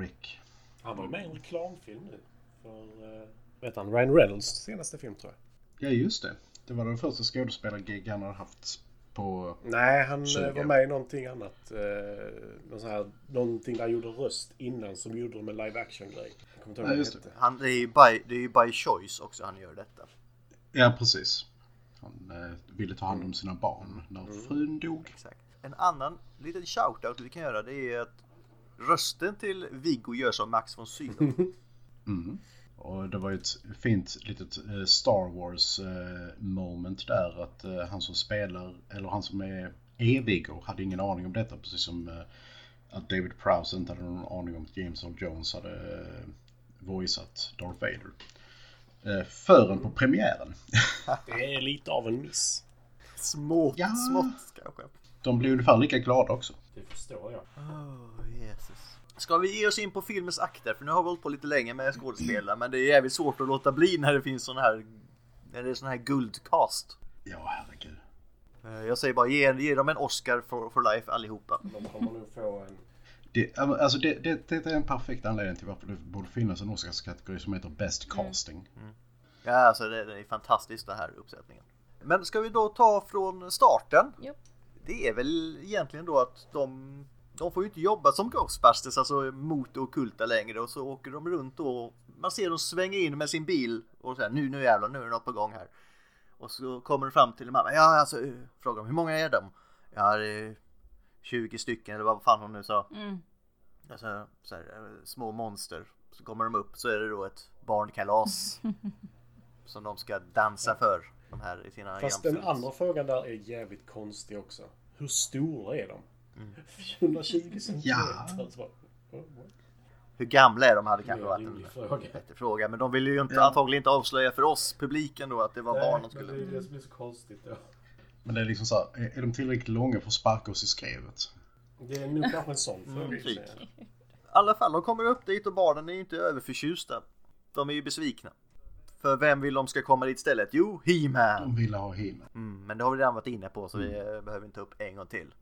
S5: Rick.
S3: Han var med i en reklamfilm nu. För, eh, vet han, Ryan Reynolds senaste film tror jag.
S5: Ja just det. Det var den första skådespelargig han hade haft på...
S3: Nej, han eh,
S5: Suger.
S3: var med i någonting annat. Eh, någon sån här, någonting där han gjorde röst innan som gjorde med live action-grej. Jag kommer inte ihåg
S5: Ja,
S3: vad
S5: just
S3: det hette.
S2: Han, det, är ju by, det är ju by choice också han gör detta.
S5: Ja precis. Han eh, ville ta hand om sina barn när frun dog.
S2: Exakt. En annan liten shoutout vi kan göra det är att rösten till Viggo görs av Max von Sydow.
S5: Och det var ju ett fint litet eh, Star Wars eh, moment där att eh, han som spelar, eller han som är evig och hade ingen aning om detta precis som eh, att David Prowse inte hade någon aning om att James Earl Jones hade eh, voiceat Darth Vader. Eh, förrän på premiären.
S3: Det är lite av en miss.
S2: Smått,
S5: Ja.
S2: smått kanske.
S5: De blev ungefär lika glada också.
S3: Det förstår jag.
S2: Oh, Jesus. Ska vi ge oss in på filmens akter? För nu har vi hållit på lite länge med skådespelare, men det är jävligt svårt att låta bli när det finns sån här, när det är sån här guldcast.
S5: Ja, herregud.
S2: Eh, Jag säger bara ge, ge dem en Oscar for, for life allihopa.
S3: De kommer nog få en...
S5: Det, alltså det, det, det är en perfekt anledning till varför det borde finnas en Oscarskategori som heter Best Casting.
S2: Ja, alltså det, det är fantastiskt den här uppsättningen. Men ska vi då ta från starten?
S4: Japp.
S2: Det är väl egentligen då att de, de får ju inte jobba som Ghostbusters, alltså mot det ockulta längre och så åker de runt och man ser dem svänga in med sin bil och säger nu, nu jävlar, nu är det något på gång här. Och så kommer de fram till en mamma, ja alltså, eh, frågar de hur många är de? Ja, det är 20 stycken eller vad fan hon nu sa.
S4: Mm.
S2: Alltså, så här, eh, små monster. Så kommer de upp så är det då ett barnkalas. som de ska dansa för. De här i sina
S3: Fast den
S2: jämförelser.
S3: andra frågan där är jävligt konstig också. Hur stora är de? 420 centimeter. Ja.
S2: Hur gamla är de hade kanske
S3: Det är
S2: varit
S3: en
S2: en
S3: rimlig fråga.
S2: bättre fråga. Men de ville ju inte, antagligen inte avslöja för oss, publiken då, att det var barn de skulle...
S3: det som är så konstigt då.
S5: Men det är liksom så här, är- är de tillräckligt långa för att sparka oss i skrevet?
S3: Det är nog kanske en sån fråga. i och för sig.
S2: I alla fall, de kommer upp dit och barnen är ju inte överförtjusta. De är ju besvikna. För vem vill de ska komma dit istället? Jo, He-Man!
S5: De ville ha He-Man.
S2: Mm, men det har vi redan varit inne på så vi eh, behöver inte ta upp en gång till.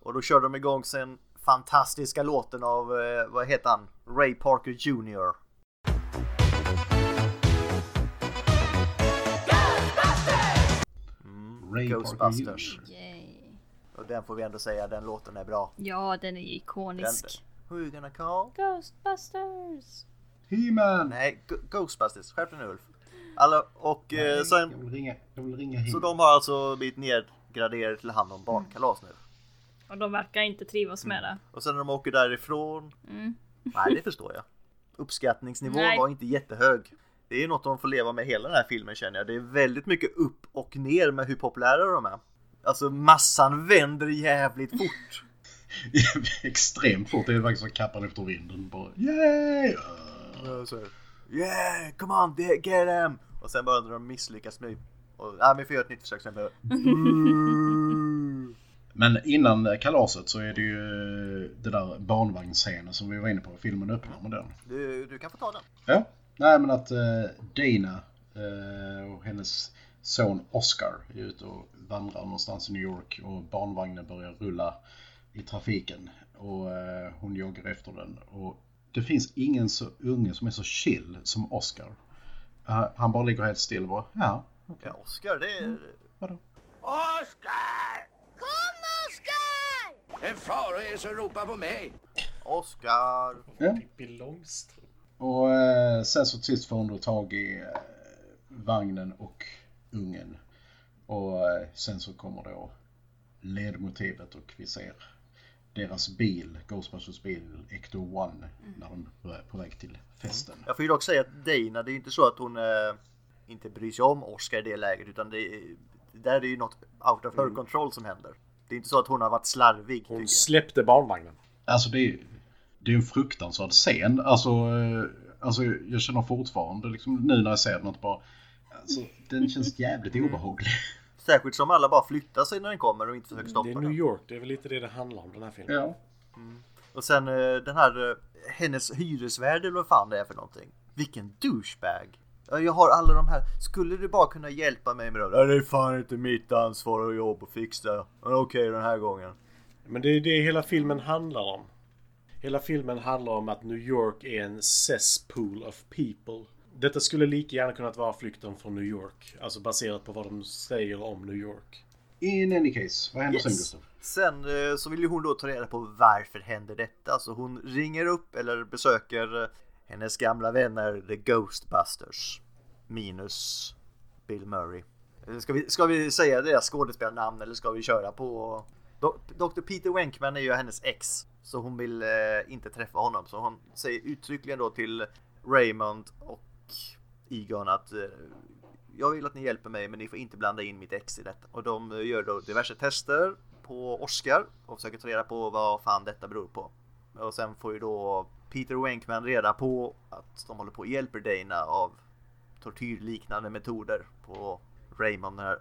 S2: Och då körde de igång sen fantastiska låten av, eh, vad heter han, Ray Parker Jr.
S5: Ray
S2: Ghostbusters.
S5: Parker Jr.
S4: Yay.
S2: Och den får vi ändå säga, den låten är bra.
S4: Ja, den är ju
S2: Den,
S4: ikonisk.
S2: who you gonna call?
S4: Ghostbusters!
S5: He-Man!
S2: Nej, Go- Ghostbusters, skärp dig nu Ulf. Alla, och eh, sen,
S5: Jag vill ringa, jag vill ringa
S2: så
S5: He-Man.
S2: de har alltså blivit nedgraderade till hand om barnkalas nu.
S4: Och de verkar inte trivas med
S3: Mm.
S4: det.
S2: Och sen när de åker därifrån. Nej, det förstår jag. Uppskattningsnivån
S4: Nej.
S2: var inte jättehög. Det är ju något de får leva med hela den här filmen känner jag. Det är väldigt mycket upp och ner med hur populära de är. Alltså massan vänder jävligt fort.
S5: Extremt fort, det är faktiskt som kappan efter vinden. Bara, Yay!
S2: yeah, come on, de- get them! Och sen började de misslyckas nu. Och, nej, men vi får göra ett nytt försök sen. Bara,
S5: Men innan kalaset så är det ju eh, det där barnvagnsscenen som vi var inne på. Filmen öppnar med den.
S2: Du, du kan få ta den.
S5: Ja, nej men att eh, Dana eh, och hennes son Oscar är ute och vandrar någonstans i New York och barnvagnen börjar rulla i trafiken och eh, hon joggar efter den. Och det finns ingen så unge som är så chill som Oscar. Eh, han bara ligger helt still och bara, ja,
S2: Ja, Oscar, det
S3: Mm.
S2: är...
S5: vadå?
S8: En fara är som ropar på mig.
S2: Oscar!
S5: Ja.
S3: Pippi Långstrump.
S5: Och eh, sen så till sist får hon då tag i eh, vagnen och ungen. Och eh, sen så kommer då ledmotivet och vi ser deras bil, Ghostbusters bil, Ecto One,
S2: Mm.
S5: när de är på väg till festen.
S2: Jag får ju dock säga att Dana, det är ju inte så att hon eh, inte bryr sig om Oscar i det läget utan det, är- det där är ju något out of her control som händer. Det är inte så att hon har varit slarvig. tycker
S3: Mm. Hon
S2: jag.
S3: släppte barnvagnen.
S5: Alltså det är, det är en fruktansvärd scen. Alltså, eh, alltså jag känner fortfarande liksom, nu när jag ser den att bara... Alltså, den känns jävligt
S2: Mm.
S5: obehaglig.
S2: Särskilt som alla bara flyttar sig när den kommer och inte försöker
S3: Det
S2: stoppa
S3: är New
S2: den.
S3: York, det är väl lite det det handlar om den här filmen.
S5: Ja.
S2: Och sen eh, den här eh, hennes hyresvärd eller vad fan det är för någonting. Vilken douchebag. Ja, Jag har alla de här. Skulle du bara kunna hjälpa mig med det? Ja, Det är fan inte mitt ansvar och jobb att fixa. Men okej den här gången.
S3: Men det är det hela filmen handlar om. Hela filmen handlar om att New York är en cesspool of people. Detta skulle lika gärna kunnat vara flykten från New York. Alltså baserat på vad de säger om New York.
S5: In any case, vad händer sen
S2: Yes.
S5: Gustav?
S2: Sen eh, så vill ju hon då ta reda på varför händer detta. Så hon ringer upp eller besöker eh, hennes gamla vänner The Ghostbusters. Minus Bill Murray. Eh, Ska vi, ska vi säga deras skådespelarnamn eller ska vi köra på... Do- Dr. Peter Wenkman är ju hennes ex. Så hon vill eh, inte träffa honom. Så hon säger uttryckligen då till Raymond och Egon att eh, jag vill att ni hjälper mig men ni får inte blanda in mitt ex i detta. Och de eh, gör då diverse tester på Oscar och försöker ta reda på vad fan detta beror på. Och sen får ju då Peter Wenkman reda på att de håller på och hjälper Dana av tortyrliknande metoder på Raymond när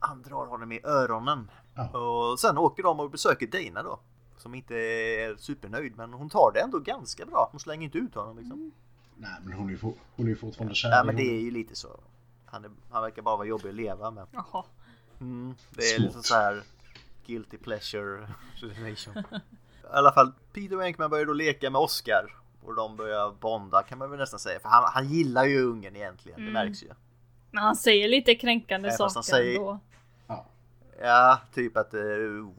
S2: han drar honom i öronen.
S5: Ja.
S2: Och sen åker de och besöker Dana då. Som inte är supernöjd men hon tar det ändå ganska bra. Hon slänger inte ut honom liksom.
S5: Nej, men hon är ju, for, hon är ju fortfarande kär
S2: Nej
S5: i
S2: men det
S5: honom.
S2: är ju lite så. Han, är, han verkar bara vara jobbig att leva med.
S4: Jaha.
S2: Mm, det är
S5: Smart.
S2: lite så här guilty pleasure relation. I alla fall, Peter Wenkman börjar då leka med Oscar och de börjar bonda kan man väl nästan säga. För han, han gillar ju ungen egentligen, det märks ju.
S4: Men han säger lite kränkande
S2: Nej, fast han
S4: saker
S2: säger-
S4: ändå.
S2: Ja, typ att eh, oh,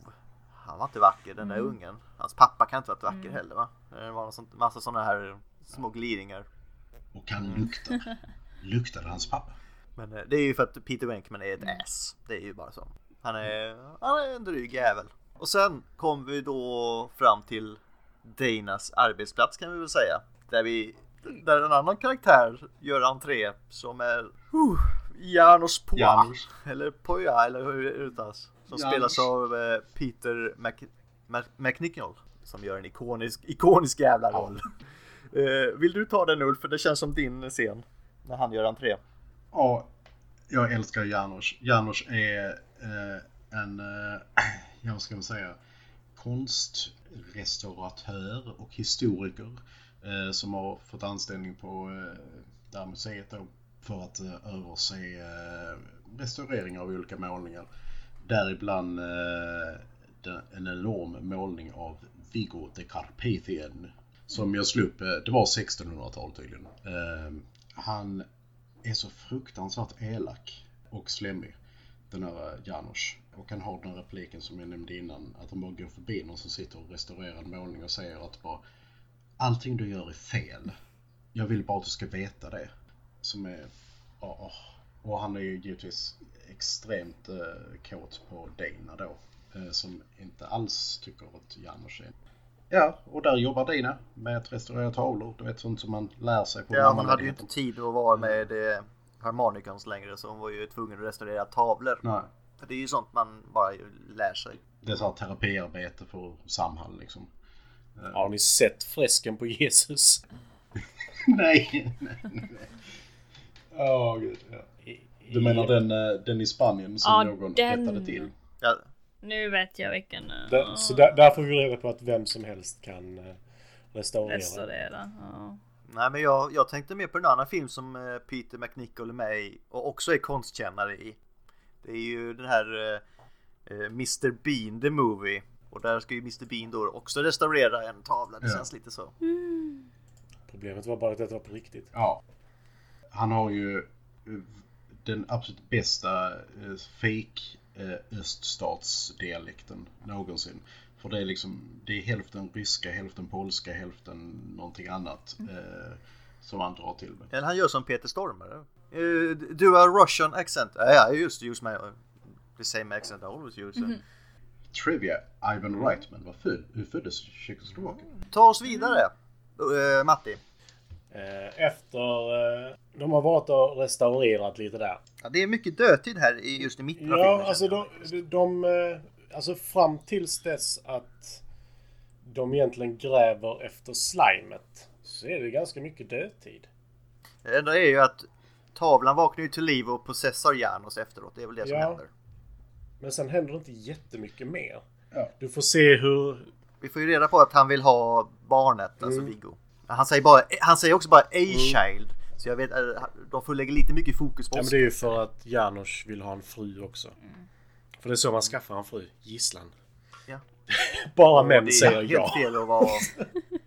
S2: han var inte vacker den där ungen. Hans pappa kan inte ha varit vacker heller va? Eh, Det var något sånt, massa sådana här små gliringar.
S5: Och han luktar. Luktade hans pappa?
S2: Men eh, det är ju för att Peter Wenkman är ett ass. Det är ju bara så. Han är, han är en dryg jävel. Och sen kom vi då fram till Danas arbetsplats kan vi väl säga. Där vi, där en annan karaktär gör entré som är uh, Janos Poa.
S5: Janos.
S2: Eller Poja eller hur det uttalas. Som
S5: Janos.
S2: spelas av eh, Peter Mac, Mac, McNichol. Som gör en ikonisk, ikonisk jävla roll. Eh, vill du ta den Ulf? För det känns som din scen. När han gör entré.
S5: Ja, jag älskar Janos. Janos är eh, en, eh, jag ska man säga, konstrestauratör och historiker eh, som har fått anställning på eh, det här museet då, för att eh, överse eh, restaureringar av olika målningar. Däribland eh, den, en enorm målning av Viggo de Carpathian som jag slog upp. eh, Det var 1600-tal tydligen. Eh, han är så fruktansvärt elak och slemmig, den här eh, Janos. Och han har den här repliken som jag nämnde innan, att han bara går förbi någon som sitter och restaurerar en målning och säger att bara Allting du gör är fel. Jag vill bara att du ska veta det. Som är... ja, åh. Och han är ju givetvis extremt eh, kåt på Dina då. Eh, som inte alls tycker att Janos är... Ja, och där jobbar Dina med att restaurera tavlor. Du vet sånt som man lär sig på
S2: Ja, hon hade ju
S5: mammaledigheten.
S2: inte tid att vara med eh, harmonikons längre så hon var ju tvungen att restaurera tavlor.
S5: Nej.
S2: För det är ju sånt man bara lär sig.
S5: Det är så här terapiarbete för Samhall liksom.
S3: Har ni sett fresken på Jesus?
S5: nej, nej, nej. Åh gud. Ja. Du menar den, eh, den i Spanien som
S4: Ja,
S5: någon
S4: den.
S5: rättade till?
S2: Ja,
S4: Nu vet jag vilken eh,
S3: Där, så där, där får vi reda på att vem som helst kan eh, restaurera.
S4: restaurera. Ja.
S2: nej men jag, jag tänkte mer på en annan film som eh, Peter McNichol är med i och också är konstkännare i. Det är ju den här eh, eh, Mr Bean the Movie. Och där ska ju Mr Bean då också restaurera en tavla. Det
S5: Ja.
S2: känns lite så.
S3: Problemet var bara att detta var på riktigt.
S5: Ja. Han har ju eh, den absolut bästa eh, fake eh, öststatsdialekten någonsin. För det är liksom, det är hälften ryska, hälften polska, hälften någonting annat
S4: Mm.
S5: eh, som han drar till med.
S2: Eller han gör som Peter Stormare. Eh, du har Russian accent. Ja, ja, just use my... The same accent I always use. eh.
S5: Trivia, Ivan Reitman var född, hur föddes i Tjeckoslovakien?
S2: Ta oss vidare, eh, Matti.
S3: Eh, Efter... eh, De har varit och restaurerat lite där.
S2: Ja, det är mycket dödtid här i, just i mitten av
S3: Ja,
S2: filmen.
S3: alltså
S2: känner
S3: de,
S2: jag.
S3: de, de, eh, Alltså fram tills dess att de egentligen gräver efter slimet så är det ganska mycket dödtid.
S2: Det enda är ju att tavlan vaknar ju till liv och processar Janos efteråt. Det är väl det som
S3: Ja.
S2: händer.
S3: Men sen händer inte jättemycket mer.
S5: Ja.
S3: Du får se hur...
S2: Vi får ju reda på att han vill ha barnet,
S3: Mm.
S2: alltså Viggo. Han säger, bara, han säger också bara A child. Så jag vet, eh, de får lägga lite mycket fokus på
S3: Ja, men
S2: oss.
S3: det är ju för att Janos vill ha en fru också. För det är så man skaffar en fru. Gisslan.
S2: Ja.
S3: Bara
S2: Och
S3: män
S2: det är
S3: säger
S2: helt
S3: ja.
S2: fel att vara...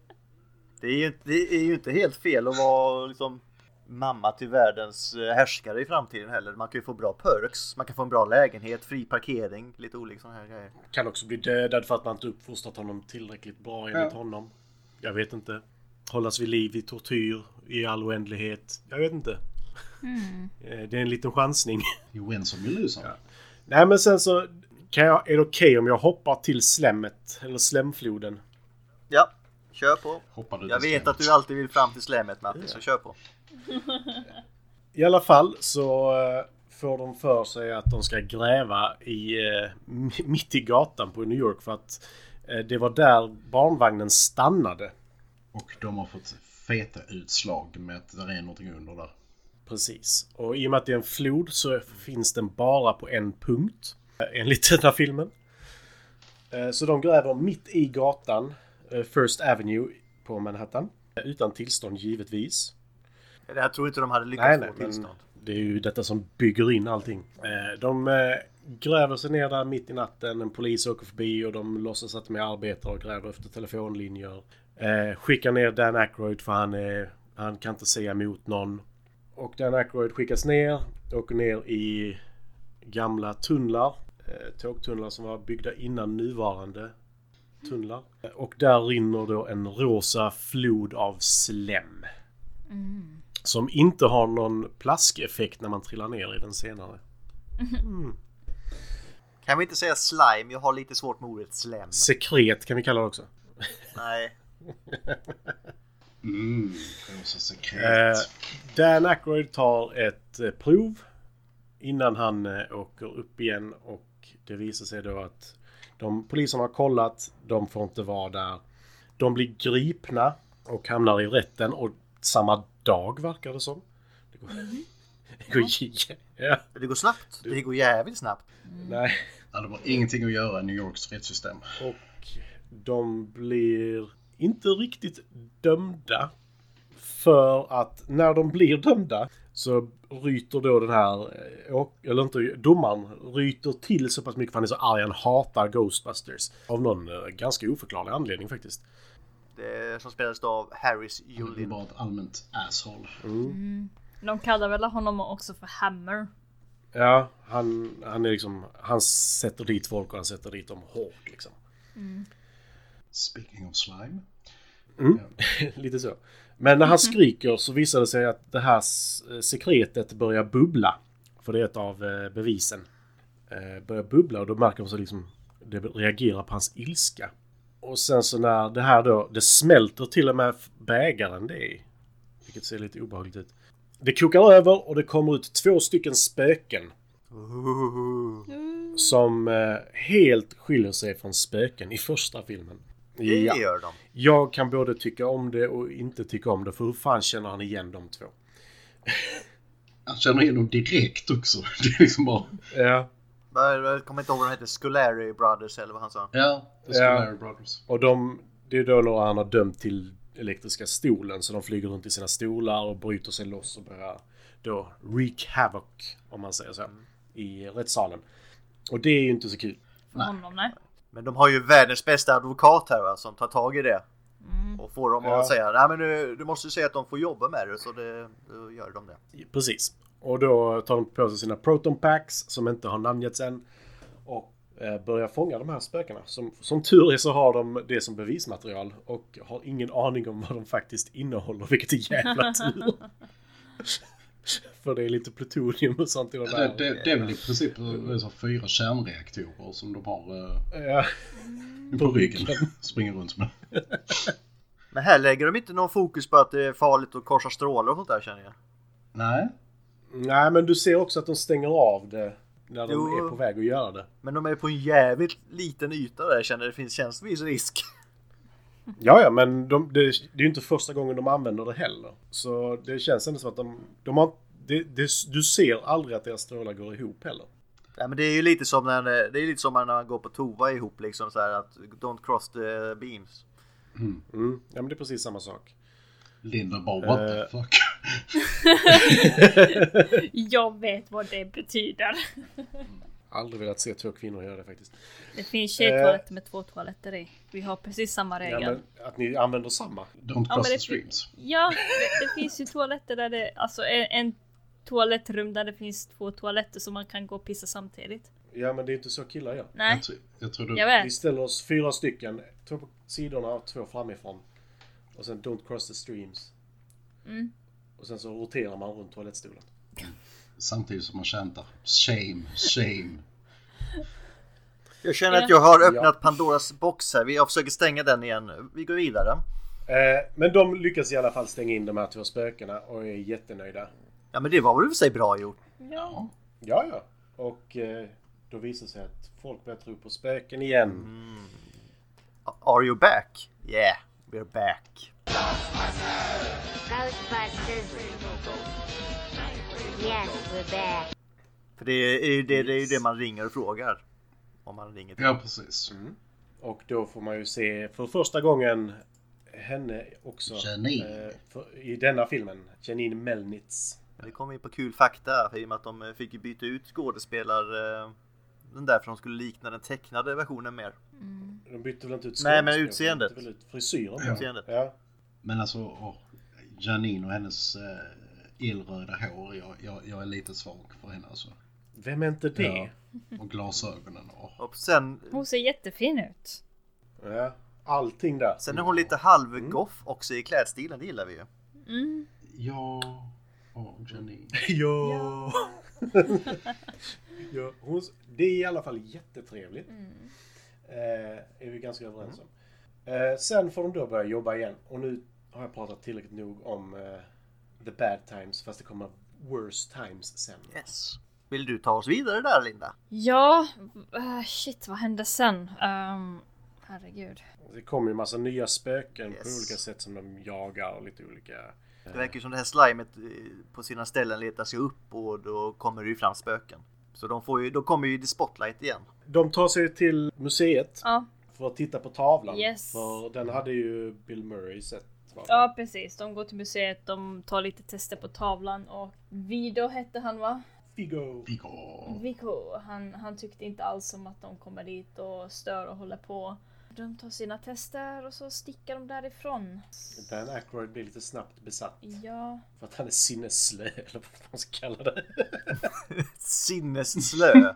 S2: Det är, ju, inte- det är ju inte helt fel att vara liksom mamma till världens eh, härskare i framtiden heller. Man kan ju få bra perks, man kan få en bra lägenhet, fri parkering, lite olika sådana här grejer.
S3: Kan också bli dödad för att man inte uppfostrat honom tillräckligt bra enligt honom. Jag vet inte. Hållas vid liv i tortyr i all oändlighet. Jag vet inte. Eh, Det är en liten chansning.
S5: You win some, you lose some.
S3: Nej men sen så kan jag, är det okej om jag hoppar till slemmet eller slemfloden?
S2: Ja, kör på!
S5: Hoppar du
S2: Jag
S5: till
S2: vet
S5: slemmet.
S2: att du alltid vill fram till slemmet Matti, så kör på!
S3: I alla fall så eh, får de för sig att de ska gräva i, eh, m- mitt i gatan på New York för att eh, det var där barnvagnen stannade.
S5: Och de har fått feta utslag med att det är någonting under där.
S3: Precis. Och i och med att det är en flod så finns den bara på en punkt. eh, Enligt den här filmen. Eh, Så de gräver mitt i gatan, eh, First Avenue på Manhattan. Eh, Utan tillstånd givetvis.
S2: Jag tror inte de hade lyckats
S3: Nej,
S2: få
S3: nej, men
S2: tillstånd.
S3: det är ju detta som bygger in allting. Eh, De eh, gräver sig ner där mitt i natten, en polis åker förbi och de låtsas att de är arbetare och gräver efter telefonlinjer. Eh, Skickar ner Dan Aykroyd för han, är, han kan inte säga emot någon. Och Dan Aykroyd skickas ner, åker ner i gamla tunnlar. eh, Tågtunnlar som var byggda innan nuvarande tunnlar. Eh, Och där rinner då en rosa flod av slem. Som inte har någon plaskeffekt när man trillar ner i den senare.
S2: Kan vi inte säga slime? Jag har lite svårt med ordet slem.
S3: Sekret kan vi kalla det också.
S2: Nej.
S5: Mm, det var så
S3: Eh,
S5: sekret.
S3: Dan Aykroyd tar ett eh, prov innan han eh, åker upp igen och det visar sig då att de poliserna har kollat, de får inte vara där. De blir gripna och hamnar i rätten och samma dag verkar det som. Det går... Det går... Ja.
S2: Det går snabbt. Det går jävligt snabbt.
S3: Nej.
S5: Ja, det var ingenting att göra i New Yorks rättssystem.
S3: Och de blir inte riktigt dömda. För att när de blir dömda så ryter då den här, eh, åk- eller inte domaren, ryter till så pass mycket för han är så arg. Han hatar Ghostbusters. Av någon eh, ganska oförklarlig anledning faktiskt.
S2: Det som spelades av Harris
S5: Det är
S3: Mm.
S2: Julin.
S5: bara ett allmänt asshole.
S4: De kallar väl honom också för Hammer.
S3: Ja, han, han är liksom, han sätter dit folk och han sätter dit dem hårt liksom.
S5: Speaking of slime.
S3: Lite så. Men när han skriker så visar det sig att det här s- eh, sekretet börjar bubbla. För det är ett av eh, bevisen. Eh, Börjar bubbla och då märker de så liksom det reagerar på hans ilska. Och sen så när det här då, det smälter till och med f- bägaren det är i, Vilket ser lite obehagligt ut. Det kokar över och det kommer ut två stycken spöken. Som eh, helt skiljer sig från spöken i första filmen.
S2: Det
S3: Ja.
S2: gör de.
S3: Jag kan både tycka om det och inte tycka om det, för hur fan känner han igen de två?
S5: Han känner igen dem direkt också. Det är liksom bara...
S3: Ja.
S2: Jag jag kommer inte ihåg vad de heter. Scolari Brothers eller vad han sa.
S5: Ja, det ska
S3: Ja.
S5: Larry Brothers.
S3: Och de, det är då några han har dömt till elektriska stolen, så de flyger runt i sina stolar och bryter sig loss och börjar då wreak havoc, om man säger så, i rättssalen. Och det är ju inte så kul.
S4: För honom, nej.
S2: Men de har ju världens bästa advokat här va, som tar tag i det. Och får dem
S3: Ja.
S2: att säga nej men du, du måste ju säga att de får jobba med det. Så det, då gör de det.
S3: Precis. Och då tar de på sig sina proton packs, som inte har namngetts än, och eh, börjar fånga de här spökena. Som, som tur är så har de det som bevismaterial och har ingen aning om vad de faktiskt innehåller, vilket är jävla tur. För det är lite plutonium och sånt i de
S5: Det,
S3: där.
S5: det, det är väl i princip eh, så fyra kärnreaktorer som de har eh,
S3: Ja.
S5: på ryggen. Springer runt med.
S2: Men här lägger de inte någon fokus på att det är farligt att korsa strålar och sånt där känner jag.
S5: Nej.
S3: Nej, men du ser också att de stänger av det När de
S2: Jo.
S3: är på väg att göra det.
S2: Men de är på en jävligt liten yta där. Jag känner det finns känns viss risk.
S3: Ja, ja, men de, det, det är ju inte första gången de använder det heller. Så det känns ändå som att de... de har, det, det, du ser aldrig att deras strålar går ihop heller.
S2: Ja, men det är ju lite som när, det är lite som när man går på toa ihop liksom så här att don't cross the beams.
S3: Mm. Ja, men det är precis samma sak.
S5: Linda bara what the
S3: Eh.
S5: fuck.
S4: Jag vet vad det betyder.
S3: Aldrig velat se två kvinnor göra det faktiskt.
S4: Det finns tjejtoaletter med två toaletter i. Vi har precis samma
S3: Eh. Ja,
S4: regel.
S3: men att ni använder samma.
S5: Don't
S4: Ja,
S5: cross
S4: men
S5: the
S4: det-
S5: streams.
S4: Ja, det, det finns ju toaletter där det, alltså en, en toalettrum där det finns två toaletter så man kan gå och pissa samtidigt.
S3: Ja, men det är inte så killar gör.
S4: Nej,
S5: Jag, tror, jag tror du...
S4: jag
S3: Vi
S4: vet.
S3: ställer oss fyra stycken, två på sidorna och två framifrån. Och sen don't cross the streams. Och sen så roterar man runt toalettstolen.
S5: Samtidigt som man chantar. Shame, shame.
S2: Jag känner att jag har öppnat Pandoras box här. Vi- Jag försöker stänga den igen. Vi går vidare.
S3: Eh, men de lyckas i alla fall stänga in de här två spökena och är jättenöjda.
S2: Ja men det var väl i och för sig bra gjort.
S3: Ja, ja. Och eh, då visar det sig att folk börjar tro på spöken igen.
S2: Mm. Are you back? Yeah, we're back.
S9: Ghostbusters. Yes, we're back.
S2: För det är ju det, det, är ju det man ringer och frågar. Om man ringer till.
S5: Ja, precis.
S3: Och då får man ju se för första gången henne också.
S5: Janine.
S3: Eh, för, I denna filmen. Janine Melnitz.
S2: Men det kommer in på kul fakta för i och med att de eh, fick ju byta ut skådespelar eh, den där för de skulle likna den tecknade versionen mer.
S3: De bytte väl inte ut
S2: Nej, men
S3: skådespel, de
S2: utseendet.
S3: bytte väl ut frisyren.
S2: Utseendet.
S3: Ja.
S5: Men alltså, och Janine och hennes eh, illröda hår. Jag, jag, jag är lite svag för henne alltså.
S3: Vem är inte det?
S5: Ja. Och glasögonen. Och,
S2: Och sen,
S4: Hon ser jättefin ut.
S3: Ja, allting där.
S2: sen är hon lite halvgoff också i klädstilen, det gillar vi ju.
S5: ja, och Janine.
S3: Ja. ja hon, det är i alla fall jättetrevligt.
S4: Mm.
S3: Eh, är vi ganska överens om. Eh, sen får de då börja jobba igen. Och nu har jag pratat tillräckligt nog om eh, the bad times. Fast det kommer worse times sen.
S2: Yes. Vill du ta oss vidare där Linda?
S4: Ja, eh, shit vad hände sen? Ehm, herregud.
S3: Det kommer ju massa nya spöken på
S2: Yes.
S3: olika sätt som de jagar och lite olika...
S2: Det verkar ju som det här slimet eh, på sina ställen letar sig upp och då kommer det ju fram spöken. Så de får ju, då kommer ju the spotlight igen.
S3: De tar sig till museet
S4: Ja,
S3: för att titta på tavlan.
S4: Yes.
S3: För den hade ju Bill Murray sett. va?
S4: ja precis. De går till museet, de tar lite tester på tavlan och Vido hette han va?
S3: Figo.
S5: Igor.
S4: Vico, han, han tyckte inte alls om att de kommer dit och stör och håller på. De tar sina tester och så sticker de därifrån.
S3: Dan Aykroyd blir lite snabbt besatt.
S4: Ja,
S3: För att han är sinnesslö, eller vad fan man ska kalla det.
S2: Sinnesslö.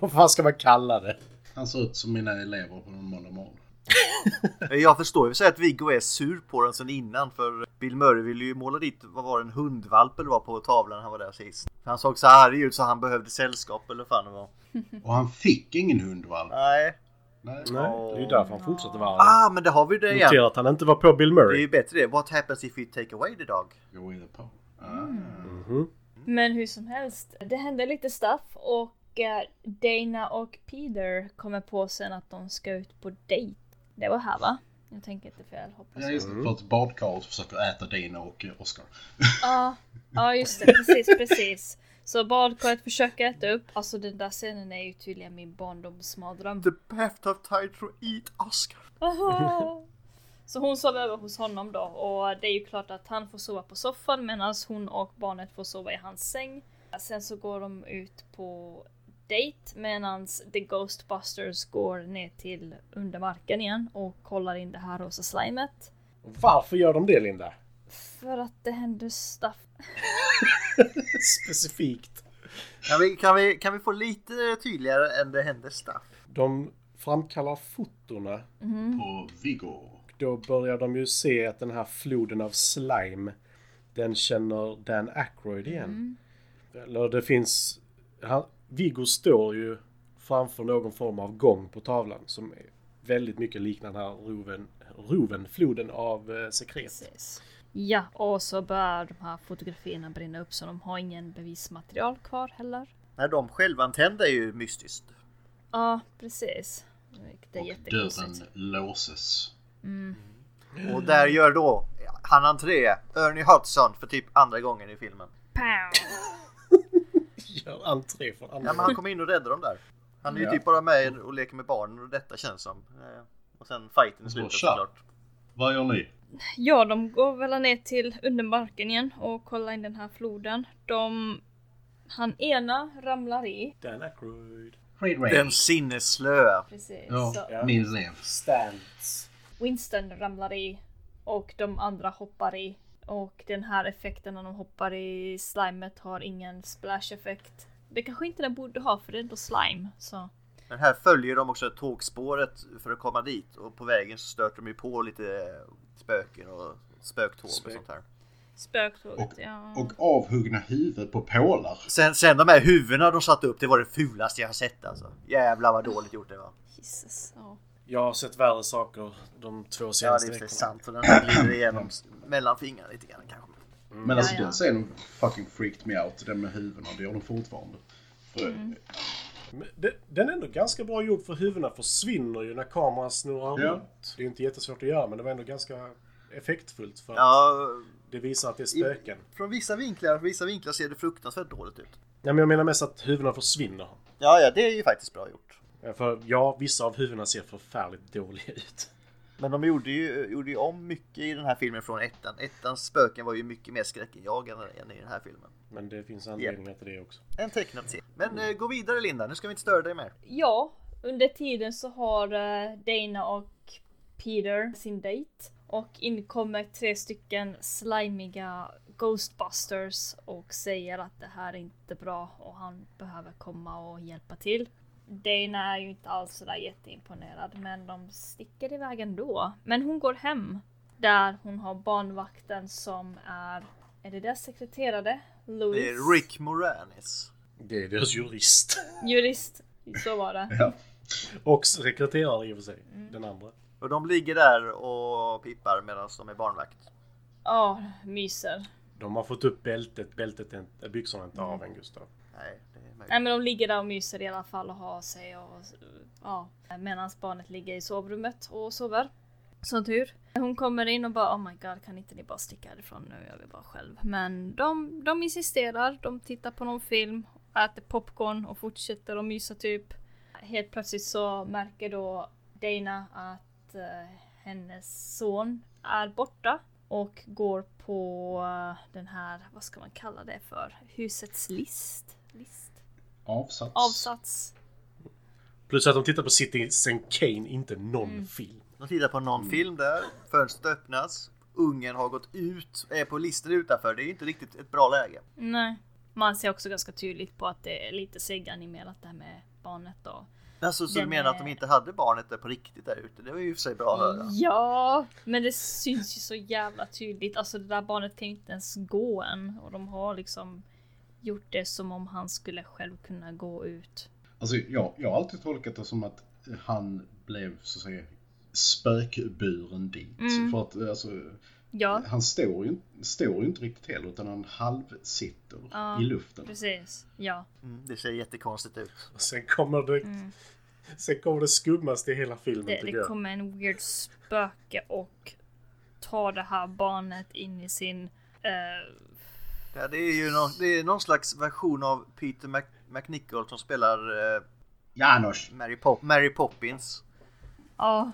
S3: vad fan ska man kalla det?
S5: Han ser ut som mina elever på någon måndag morgon.
S2: Jag förstår ju så att Viggo är sur på den sen innan för Bill Murray ville ju måla dit, vad var det, en hundvalp eller vad på tavlan när han var där sist. Han såg så arg ut så han behövde sällskap eller vad fan det var.
S5: Och han fick ingen hundvalp.
S2: Nej.
S5: Nej.
S3: Nej, det är ju därför han fortsätter vara arg.
S2: Ah, men där har vi det igen.
S3: Notera att han inte var på Bill
S2: Det är
S3: Murray.
S2: ju bättre det. What happens if we take away the dog?
S5: Go with the pole. Ah.
S4: Men hur som helst, det hände lite stuff och eh, Dana och Peter kommer på sen att de ska ut på dejt. Det var här va? Jag tänker inte fel,
S5: Ja,
S4: hoppas jag.
S5: just det. För att badkaret försöker äta Dina och eh, Oscar.
S4: Ja, ja just det, precis, precis. Så badkaret försöker äta upp. Alltså den där scenen är ju tydligen min barndomsmardröm.
S2: The bathtub tied to eat Oscar.
S4: Aha. Så hon sov över hos honom då och det är ju klart att han får sova på soffan medan hon och barnet får sova i hans säng. Sen så går de ut på dejt medan The Ghostbusters går ner till undermarken igen och kollar in det här rosa slimet.
S3: Varför gör de det, Linda?
S4: För att det händer stuff.
S3: Specifikt.
S2: Kan vi, kan, vi, kan vi få lite tydligare än det hände stuff?
S3: De framkallar fotorna.
S5: På Viggo.
S3: Då börjar de ju se att den här floden av slime, den känner Dan Aykroyd igen. Eller det finns... Han, Viggo står ju framför någon form av gång på tavlan som är väldigt mycket liknar den här roven, roven floden av eh, sekret.
S4: Precis. Ja, och så börjar de här fotografierna brinna upp så de har ingen bevismaterial kvar heller.
S2: När de självantända är ju mystiskt.
S4: Ja, precis. Vilket är
S5: Dörren
S4: jättekonstigt.
S5: låses.
S2: Och där gör då han entré, Ernie Hudson, för typ andra gången i filmen.
S4: Pow!
S3: Gör entré för andra
S2: Ja, men han kommer in och räddar dem där. Han är ju typ bara med och leker med barnen och detta känns som. Eh, Och sen fighten i slutet
S5: tja.
S2: såklart.
S5: Vad gör ni?
S4: Ja, de går väl ner till undermarken igen och kollar in den här floden. De... Han ena ramlar i.
S3: Dan Aykroyd.
S5: Free
S2: Den
S5: range.
S2: sinnesslöa.
S4: Precis. Så
S5: Ja, minns det.
S3: Stance.
S4: Winston ramlar i och de andra hoppar i. Och den här effekten när de hoppar i slimet har ingen splash-effekt. Det kanske inte den borde ha för det är ändå slime. Så.
S2: Men här följer de också tågspåret för att komma dit och på vägen så stöter de ju på lite spöken och spöktåg och sånt här.
S4: Spöktåget,
S5: Och-
S4: ja.
S5: Och avhuggna huvud på pålar.
S2: Sen, sen de här huvudena de satte upp, det var det fulaste jag har sett alltså. Jävlar vad dåligt gjort det var.
S4: Jesus, ja.
S3: Jag har sett värre saker de två
S2: Ja, det
S3: senaste
S2: är i och för sig
S3: veckorna.
S2: sant. Så den glider igenom s- mellan fingrarna lite grann kanske.
S5: Men alltså
S4: Ja, ja.
S5: den scenen fucking freaked me out. Den med huvudena, det gör den fortfarande. För,
S4: Mm.
S3: Men det- Den är ändå ganska bra gjord för huvudena försvinner ju när kameran snurrar
S5: Ja.
S3: runt. Det är inte jättesvårt att göra men det var ändå ganska effektfullt för att
S2: Ja,
S3: det visar att det är spöken.
S2: från vissa vinklar, vissa vinklar ser det fruktansvärt dåligt ut.
S3: Nej men jag menar mest att huvudena försvinner.
S2: Ja, ja, det är ju faktiskt bra gjort.
S3: Ja, För ja, vissa av huvudena ser förfärligt dåliga ut.
S2: Men de gjorde ju, gjorde ju om mycket i den här filmen från ettan. Ettans spöken var ju mycket mer skräckinjagande än i den här filmen.
S3: Men det finns anledningar till det också.
S2: En tecknad serie. Men eh, gå vidare Linda, nu ska vi inte störa dig mer.
S4: Ja, under tiden så har eh, Dana och Peter sin dejt. Och inkommer tre stycken slimiga Ghostbusters och säger att det här är inte bra och han behöver komma och hjälpa till. Dana är ju inte alls sådär jätteimponerad men de sticker iväg ändå. Men hon går hem där hon har barnvakten som är, är det deras sekreterare? Louis?
S2: Det är Rick Moranis.
S3: Det är deras jurist.
S4: Jurist. Så var det.
S3: Och sekreterare i och för sig. Den andra.
S2: Och de ligger där och pippar medan de är barnvakt.
S4: Ja, myser.
S3: De har fått upp bältet. Bältet är inte, byxorna är inte av än Gustav.
S2: Nej, det är möjligt.
S4: Nej men de ligger där och myser i alla fall och har sig och ja. Medan barnet ligger i sovrummet och sover. Som tur. Hon kommer in och bara oh my god kan inte ni bara sticka härifrån nu jag vill bara själv. Men de, de insisterar, de tittar på någon film, äter popcorn och fortsätter att mysa typ. Helt plötsligt så märker då Dana att eh, hennes son är borta. Och går på eh, den här, vad ska man kalla det för? Husets list? list?
S5: avsats.
S4: avsats.
S3: Plus att de tittar på Citizen Kane, inte någon film.
S2: De tittar på någon film där, fönstret öppnas, ungen har gått ut, är på listor utanför. Det är ju inte riktigt ett bra läge.
S4: Nej. Man ser också ganska tydligt på att det är lite seganimerat det här med barnet då.
S2: Alltså, så
S4: Den
S2: du menar att
S4: är-
S2: de inte hade barnet där på riktigt där ute? Det var ju i och för sig bra att höra.
S4: Ja, men det syns ju så jävla tydligt. Alltså det där barnet kan ju inte ens gå än och de har liksom gjort det som om han skulle själv kunna gå ut.
S5: Alltså jag, jag har alltid tolkat det som att han blev så att säga spökburen dit.
S4: Mm.
S5: För att alltså,
S4: Ja,
S5: han står ju, står ju inte riktigt heller utan han halvsitter i luften.
S4: precis. Ja.
S2: Mm, det ser jättekonstigt ut.
S3: Och sen kommer det... Sen kommer det skummaste i hela filmen
S4: Mm. Det,
S3: tycker
S4: det
S3: jag.
S4: kommer en weird spöke och tar det här barnet in i sin... eh,
S2: Ja, det är ju någon, det är någon slags version av Peter Mac- McNichol som spelar eh,
S5: Janos!
S2: Mary, Pop- Mary Poppins.
S4: Ja,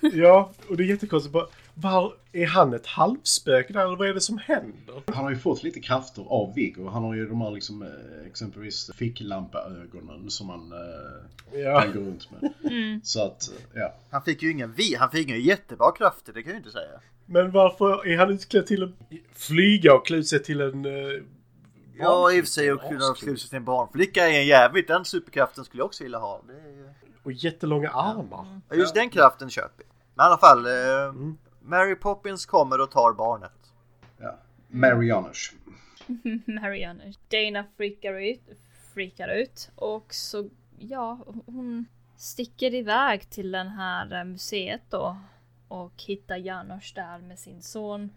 S3: Ja, och det är jättekonstigt. Bara, var är han ett halvspöke där eller vad är det som händer?
S5: Han har ju fått lite krafter av Viggo. Han har ju de här liksom, eh, exempelvis ficklampaögonen som han, eh,
S3: Ja.
S5: han går runt med.
S4: Mm.
S5: Så att, eh, ja.
S2: Han fick ju ingen vi, han fick ju jättebra krafter, det kan jag ju inte säga.
S3: Men varför är han utklädd till en... Flyga och klä ut sig till en... eh,
S2: Ja, i och för sig att kunna sluta sig till en barnflicka är en jävligt, den superkraften skulle jag också vilja ha. Det är ju...
S3: Och jättelånga armar.
S2: Ja, Just den kraften köper vi. Men i alla fall, eh, Mary Poppins kommer och tar barnet.
S5: ja. Mary Janos.
S4: Marianne. Dana freakar ut, freakar ut och så, ja, hon sticker iväg till den här eh, museet då och hittar Janos där med sin son.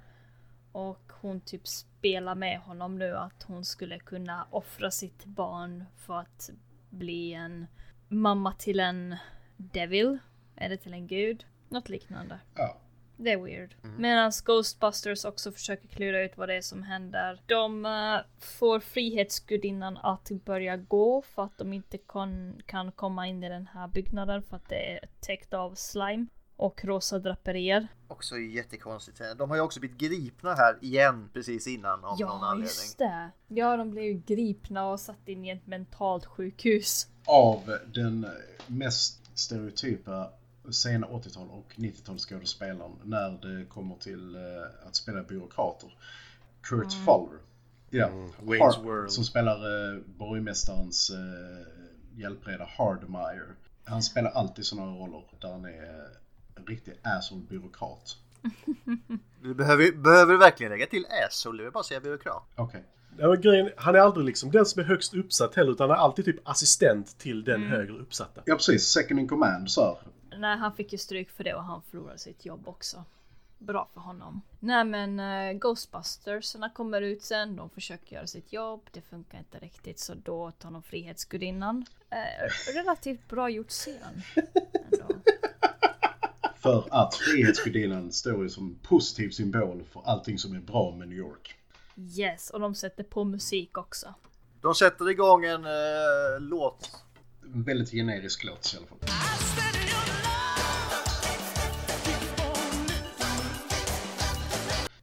S4: Och hon typ s- spela med honom nu att hon skulle kunna offra sitt barn för att bli en mamma till en devil. Eller till en gud. Något liknande.
S5: Ja.
S4: Det är weird.
S2: Mm.
S4: Medan Ghostbusters också försöker klura ut vad det är som händer. De eh, får Frihetsgudinnan att börja gå för att de inte kon, kan komma in i den här byggnaden för att det är täckt av slime och rosa draperier.
S2: Också jättekonstigt. De har ju också blivit gripna här igen precis innan av någon
S4: Ja,
S2: anledning.
S4: just det. Ja, de blev ju gripna och satt in i ett mentalt sjukhus.
S5: Av den mest stereotypa sena 80-tal och 90-talsskådespelaren när det kommer till eh, att spela byråkrater. Kurt Fuller. Ja,
S3: Mm. Wayne's
S5: Har-
S3: World.
S5: Som spelar eh, borgmästarens eh, hjälpreda Hardmire. Han spelar alltid sådana roller där han är eh, en riktig asshole-byråkrat.
S2: Du behöver, behöver du verkligen lägga till S och du vill bara säga byråkrat.
S5: Okej.
S3: Ja, men grejen, han är aldrig liksom den som är högst uppsatt heller, utan han är alltid typ assistent till den högre uppsatta.
S5: Ja, precis. Second in command så här.
S4: Nej, han fick ju stryk för det och han förlorade sitt jobb också. Bra för honom. Nej men eh, Ghostbustersarna kommer ut sen, de försöker göra sitt jobb, det funkar inte riktigt så då tar de Frihetsgudinnan. Eh, relativt bra gjort scen. Ändå.
S5: För att Frihetsgudinnan står ju som positiv symbol för allting som är bra med New York.
S4: Yes, och de sätter på musik också.
S2: De sätter igång en eh, låt.
S5: En väldigt generisk låt i alla fall.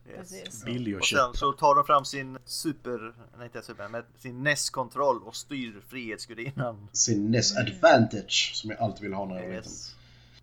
S2: Yes.
S4: Precis.
S3: Billig att
S2: Och
S3: köpa.
S2: sen så tar de fram sin super, nej inte super, men sin NES-kontroll och styr Frihetsgudinnan.
S5: Sin NES Advantage som jag alltid vill ha när jag är liten.
S2: Yes.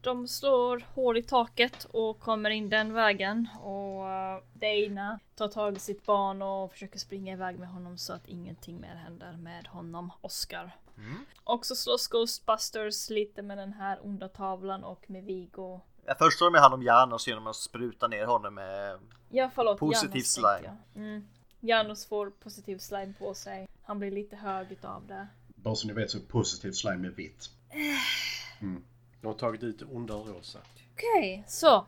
S4: De slår hål i taket och kommer in den vägen och eh, Dana tar tag i sitt barn och försöker springa iväg med honom så att ingenting mer händer med honom, Oscar.
S2: Mm.
S4: Och så slåss Ghostbusters lite med den här onda tavlan och med Vigo.
S2: Ja, först tar de med hand om Janos genom att spruta ner honom med...
S4: Ja förlåt,
S2: Positiv
S4: Janus
S2: slime.
S4: tänkte jag. Mm. Janus får positiv slime på sig. Han blir lite hög utav det.
S5: Bara så ni vet så är positivt slime är vitt.
S3: De har tagit ut det onda och rosa.
S4: Okej, så.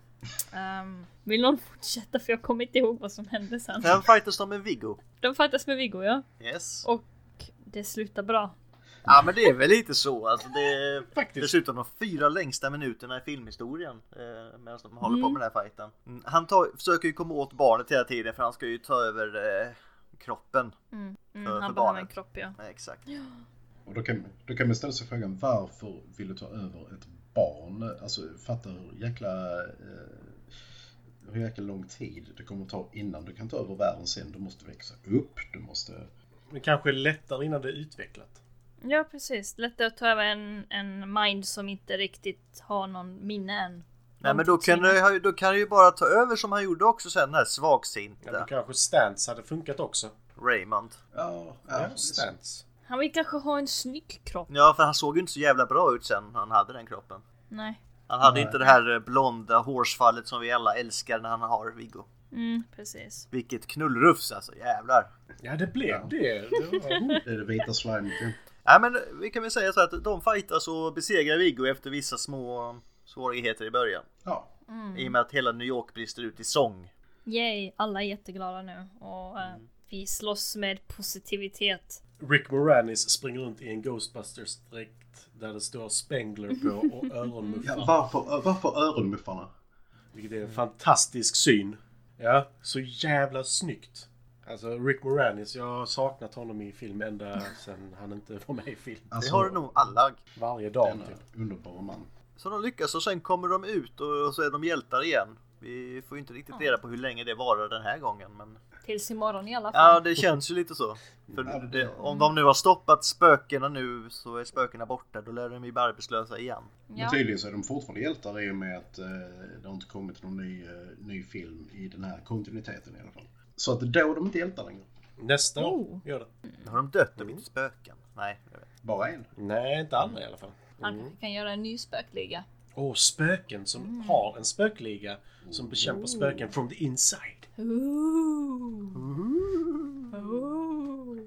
S4: Ehm, vill någon fortsätta för jag kommer inte ihåg vad som hände sen.
S2: Sen fightas de med Viggo.
S4: De fattas med Viggo ja.
S2: Yes.
S4: Och det slutar bra.
S2: Ja men det är väl lite så alltså. Det är
S3: Faktiskt.
S2: dessutom de fyra längsta minuterna i filmhistorien. Eh, Medan de håller på med den här fighten. Mm, Han tar, försöker ju komma åt barnet hela tiden för han ska ju ta över eh, kroppen.
S4: Mm,
S2: För- för
S4: han behöver en
S2: barnet.
S4: kropp ja.
S2: Nej, exakt.
S5: Och då kan, då kan man ställa sig frågan varför vill du ta över ett barn? Alltså fatta hur jäkla, eh, hur jäkla lång tid det kommer ta innan du kan ta över världen sen. Du måste växa upp, du måste...
S3: Men kanske är lättare innan det är utvecklat.
S4: Ja precis, lättare att ta över en, en mind som inte riktigt har någon minne än.
S2: Nej men då kan, du, då kan du ju bara ta över som han gjorde också sen den här svagsinta
S3: Ja, då kanske stance hade funkat också.
S2: Raymond.
S5: Ja,
S3: Ja,
S5: det är så.
S3: stance.
S4: Han vill kanske ha en snygg kropp.
S2: Ja för han såg ju inte så jävla bra ut sen han hade den kroppen.
S4: Nej.
S2: Han hade inte det här eh, blonda hårsfallet som vi alla älskar när han har Viggo.
S4: Mm, precis.
S2: Vilket knullrufs alltså, jävlar.
S3: Ja, det blev det. det var...
S5: det är det vita slimet. ja.
S2: Nej men vi kan väl säga så att de fightas och besegrar Viggo efter vissa små svårigheter i början.
S5: Ja,
S2: I och med att hela New York brister ut i sång.
S4: Yay, alla är jätteglada nu och eh,
S2: Mm.
S4: vi slåss med positivitet.
S3: Rick Moranis springer runt i en Ghostbusters-dräkt där det står Spengler på och
S5: Ja,
S3: öronmuffar.
S5: varför, varför öronmuffarna?
S3: Vilket är en fantastisk syn. Ja, så jävla snyggt. Alltså Rick Moranis, jag har saknat honom i film ända sen han inte var med i film.
S2: Det
S5: Alltså,
S2: har nog alla.
S3: Varje dag
S5: denna
S3: typ.
S5: underbara man.
S2: Så de lyckas och sen kommer de ut och så är de hjältar igen. Vi får ju inte riktigt reda på hur länge det varar den här gången men...
S4: Tills imorgon i alla fall.
S2: Ja det känns ju lite så. För det, om de nu har stoppat spökena nu så är spökena borta. Då lär de ju bli arbetslösa igen.
S5: Men
S4: Ja,
S5: tydligen så är de fortfarande hjältar i och med att eh, det har inte kommit någon ny, eh, ny film i den här kontinuiteten i alla fall. Så att då är de inte hjältar längre.
S3: Nästa
S4: Oh.
S3: år gör det.
S2: Har de dött och blivit spöken? Nej, jag vet.
S5: Bara en.
S3: Nej, inte alla i alla fall.
S4: han
S2: mm.
S4: kanske kan göra en ny spökliga.
S3: Åh, spöken som
S4: Mm.
S3: har en spökliga som bekämpar spöken from the inside.
S4: Ooh. Ooh.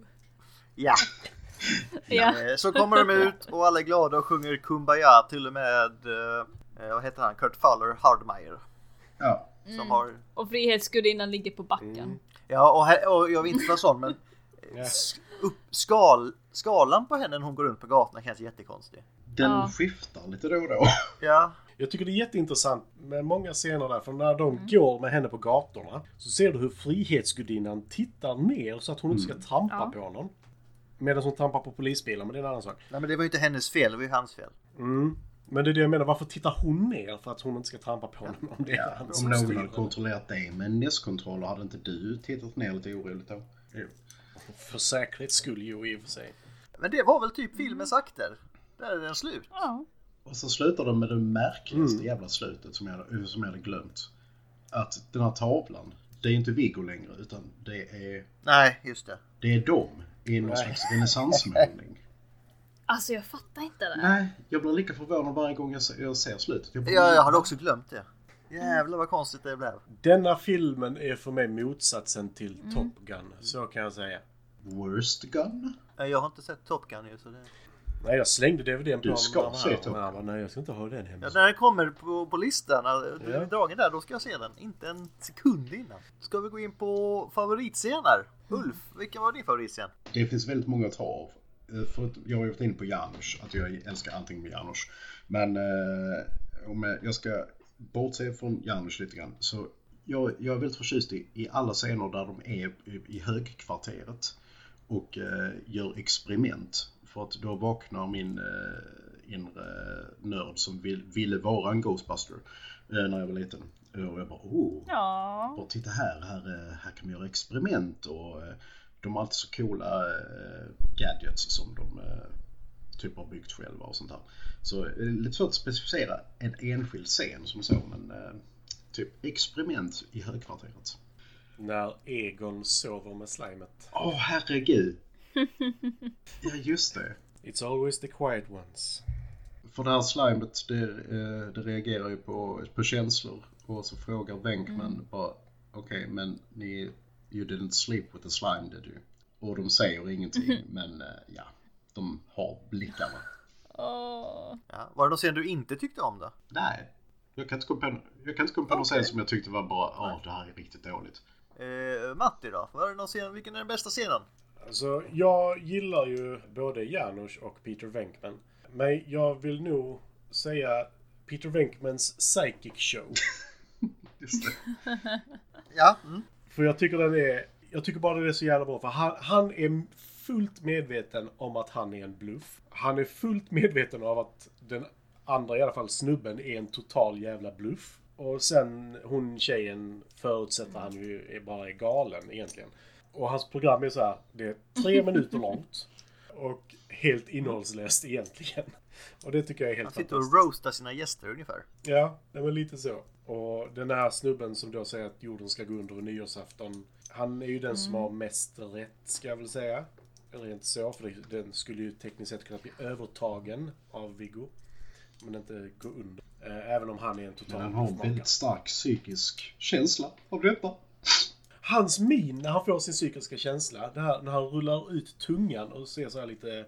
S2: Ja!
S4: Ja.
S2: Eh, Så kommer de ut och alla är glada och sjunger Kumbaya till och med eh, eh, vad heter han? Kurt Fuller Hardmire.
S5: Ja.
S2: Som har... Mm.
S4: Och Frihetsgudinnan ligger på backen.
S2: Ja, och, här, och jag vill inte vara sån men s- upp, skal, skalan på henne när hon går runt på gatorna känns jättekonstig.
S5: Den
S4: Ja.
S5: skiftar lite då och då.
S2: Ja,
S3: Jag tycker det är jätteintressant med många scener där, för när de
S4: Mm.
S3: går med henne på gatorna så ser du hur Frihetsgudinnan tittar ner så att hon inte ska trampa
S4: Ja.
S3: på någon. Medan hon trampar på polisbilar, men det är en annan sak.
S2: nej men det var ju inte hennes fel, det var ju hans fel.
S3: Mm. Men det är det jag menar, varför tittar hon ner för att hon inte ska trampa på honom om det är han
S5: Om
S3: som
S5: någon hade
S3: styr?
S5: kontrollerat det med en NES-kontroller hade inte du tittat ner lite oroligt då?
S3: För säkerhets skull ju i och för sig.
S2: Men det var väl typ filmens akter. Där är den slut.
S4: Ja.
S5: Och så slutar de med det märkligaste jävla slutet som jag, hade- som jag hade glömt. Att den här tavlan, det är inte Viggo längre utan det är,
S2: Nej, just det.
S5: det är dem i någon
S3: Nej.
S5: slags renässansmålning.
S4: Alltså jag fattar inte det.
S5: Nej, jag blir lika förvånad varje gång jag ser, jag ser slutet. Jag bara,
S2: Ja, jag hade också glömt det. Jävlar vad konstigt det blev.
S3: Denna filmen är för mig motsatsen till Top Gun, så kan jag säga.
S5: Worst gun?
S2: Nej, Jag har inte sett Top Gun ju så det...
S3: Nej, jag slängde DVDn på
S5: Du ska
S3: honom.
S5: se Top
S3: Nej, nej, jag ska inte ha den hemma.
S2: Ja, när den kommer på, på listan, alltså,
S3: Ja.
S2: dragen där, då ska jag se den. Inte en sekund innan. Ska vi gå in på favoritscener?
S3: Mm.
S2: Ulf, vilken var din favoritscen?
S5: Det finns väldigt många att ta av. Eh, För att jag har ju varit inne på Janusz, att jag älskar allting med Janusz. Men eh, om jag- jag ska bortse från Janusz lite grann. Så jag, jag är väldigt förtjust i, i alla scener där de är i- i högkvarteret och eh, gör experiment. För att då vaknar min eh, inre nörd som vill, ville vara en Ghostbuster eh, när jag var liten. Och jag bara oh,
S4: Ja.
S5: och titta här, här, eh, här kan man göra experiment och eh, de har alltid så coola eh, gadgets som de eh, typ har byggt själva och sånt här. Så eh, det är lite svårt att specificera en enskild scen som så, men eh, typ experiment i högkvarteret.
S3: När Egon sover med slimet.
S5: Åh herregud! Ja just det.
S3: It's always the quiet ones.
S5: För det här slimet det, eh, det reagerar ju på, på känslor och så frågar Venkman bara okej men ni you didn't sleep with the slime did you? Och de säger ingenting men eh, ja de har blickarna.
S4: Åh.
S2: Ja, var det någon scen du inte tyckte om då?
S5: Nej. Jag kan inte komma på, jag kan inte komma på någon scen som jag tyckte var bara ja det här är riktigt dåligt.
S2: Eh, Matti då? Var det någon scen, vilken är den bästa scenen?
S3: Alltså, jag gillar ju både Janusz och Peter Venkman. Men jag vill nog säga Peter Venkmans Psychic Show.
S5: Just det.
S2: Ja, mm.
S3: För jag tycker den är... Jag tycker bara det är så jävla bra. För han, han är fullt medveten om att han är en bluff. Han är fullt medveten om att den andra, i alla fall snubben, är en total jävla bluff. Och sen hon tjejen förutsätter han ju är bara är galen egentligen. Och hans program är så här, det är tre minuter långt. Och helt innehållslöst egentligen. Och det tycker jag är helt
S2: han sitter
S3: fantastiskt.
S2: och roastar sina gäster ungefär.
S3: Ja, det var lite så. Och den här snubben som då säger att jorden ska gå under vid nyårsafton. Han är ju den som har mest rätt, ska jag väl säga. Eller inte så, för det- den skulle ju tekniskt sett kunna bli övertagen av Viggo. Men inte gå under. Eh, Även om han är en
S5: Men
S3: total
S5: han har en
S3: bluffmakare.
S5: väldigt stark psykisk känsla av detta.
S3: Hans min när han får sin psykiska känsla. Det här, när han rullar ut tungan och ser så här lite...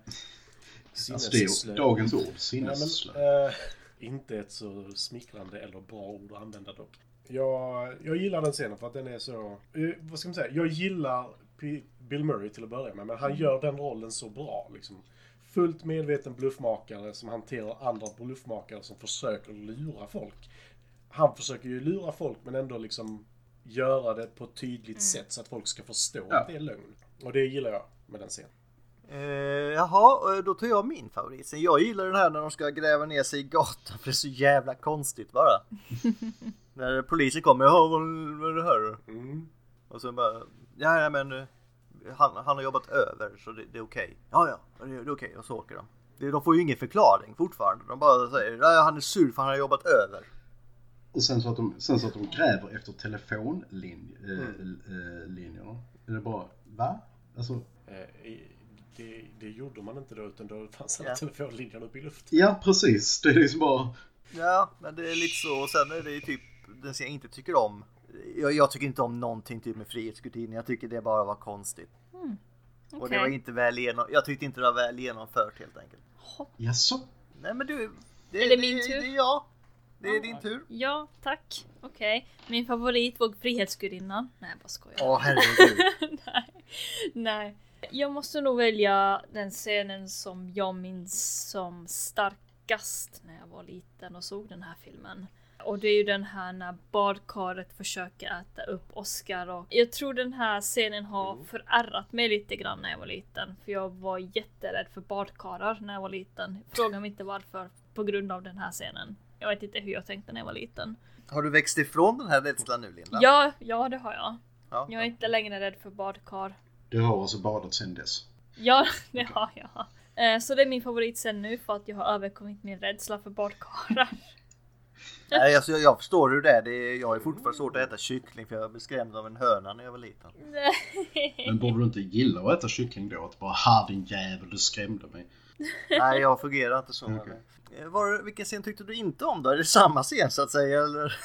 S5: Alltså det är
S3: sinnesslö.
S5: ju dagens ord,
S3: Nej,
S5: sinnesslö.
S3: men, eh, inte ett så smickrande eller bra ord att använda dock. Jag, jag gillar den scenen för att den är så... eh, vad ska man säga? Jag gillar P- Bill Murray till att börja med, men han gör den rollen så bra. Liksom. Fullt medveten bluffmakare som hanterar andra bluffmakare som försöker lura folk. Han försöker ju lura folk men ändå liksom göra det på ett tydligt sätt så att folk ska förstå att det är lögn. Och det gillar jag med den scenen.
S2: Eh, jaha, eh, då tar jag min favoritscen. Jag gillar den här när de ska gräva ner sig i gatan för det är så jävla konstigt bara. när polisen kommer, jaha vad vad är det här då?"
S3: Mm.
S2: Och sen bara, ja, ja men eh, han, han har jobbat över så det, det är okej. Ja, ja, det, det är okej. Och så åker de. Det- De får ju ingen förklaring fortfarande. De bara säger, ja, ja, han är sur för han har jobbat över.
S5: Och sen så att de, sen så att de gräver efter telefonlinjerna. Är det bara, va? Alltså,
S3: Eh, i- Det, det gjorde man inte då, utan då fanns
S2: Ja.
S3: alla telefonlinjerna uppe i luften.
S5: ja precis. Det är liksom bara,
S2: Ja, men det är lite så. Och sen är det ju typ den som jag inte tycker om. Jag, jag tycker inte om någonting typ med Frihetsgudinnan. Jag tycker det bara var konstigt. Och det
S4: Okej.
S2: var inte väl genom, jag tyckte inte det var väl genomfört helt enkelt.
S5: jaså?
S2: Nej men du.
S4: Är det min tur?
S2: Det, ja. Det är din tur.
S4: Ja, tack. Okej. Min favorit var Frihetsgudinnan. Nej, jag bara skojar.
S2: Åh herregud.
S4: Nej. Nej. Jag måste nog välja den scenen som jag minns som starkast när jag var liten och såg den här filmen. Och det är ju den här när badkaret försöker äta upp Oscar och jag tror den här scenen har förärrat mig lite grann när jag var liten. För jag var jätterädd för badkarar när jag var liten. Fråga mig inte varför, på grund av den här scenen. Jag vet inte hur jag tänkte när jag var liten.
S2: Har du växt ifrån den här rädslan nu Linda?
S4: Ja, ja det har jag.
S2: Ja.
S4: Jag är inte längre rädd för badkar.
S5: Du har alltså badat sen dess.
S4: Ja, det har jag. Eh, Så det är min favorit sen nu för att jag har överkommit min rädsla för badkarlar.
S2: Nej, alltså, jag, jag förstår hur det är. Det är. Jag är fortfarande svårt att äta kyckling för jag blev skrämd av en höna när jag var liten.
S5: Men borde du inte gilla att äta kyckling då? Att bara ha din jävel, du skrämde mig.
S2: Nej, jag fungerar inte så.
S5: Okej.
S2: Eh, Var, vilken scen tyckte du inte om då? Är det samma scen så att säga? Eller?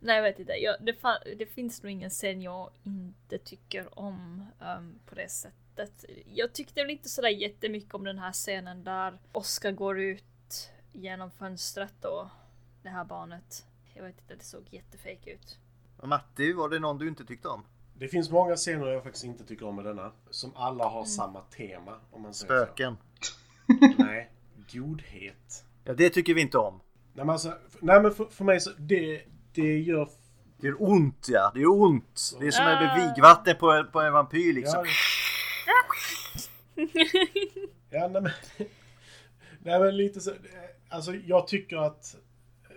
S4: Nej, jag vet inte. Jag, det, fa- det finns nog ingen scen jag inte tycker om ehm, på det sättet. Jag tyckte väl inte sådär jättemycket om den här scenen där Oscar går ut genom fönstret då. Det här barnet. Jag vet inte, det såg jättefejk ut.
S2: Och Matti, var det någon du inte tyckte om?
S3: Det finns många scener jag faktiskt inte tycker om i denna. Som alla har samma tema. Om man säger
S2: Spöken.
S3: Så. Nej. Godhet.
S2: Ja, det tycker vi inte om.
S3: Nej men, alltså, nej, men för, för mig så... Det, det gör...
S2: Det är ont ja, det är ont. Det är som
S4: Ah.
S2: med vigvatten på, en- på en vampyr liksom.
S3: Ja, ja nej men... Nej men lite så... Alltså jag tycker att...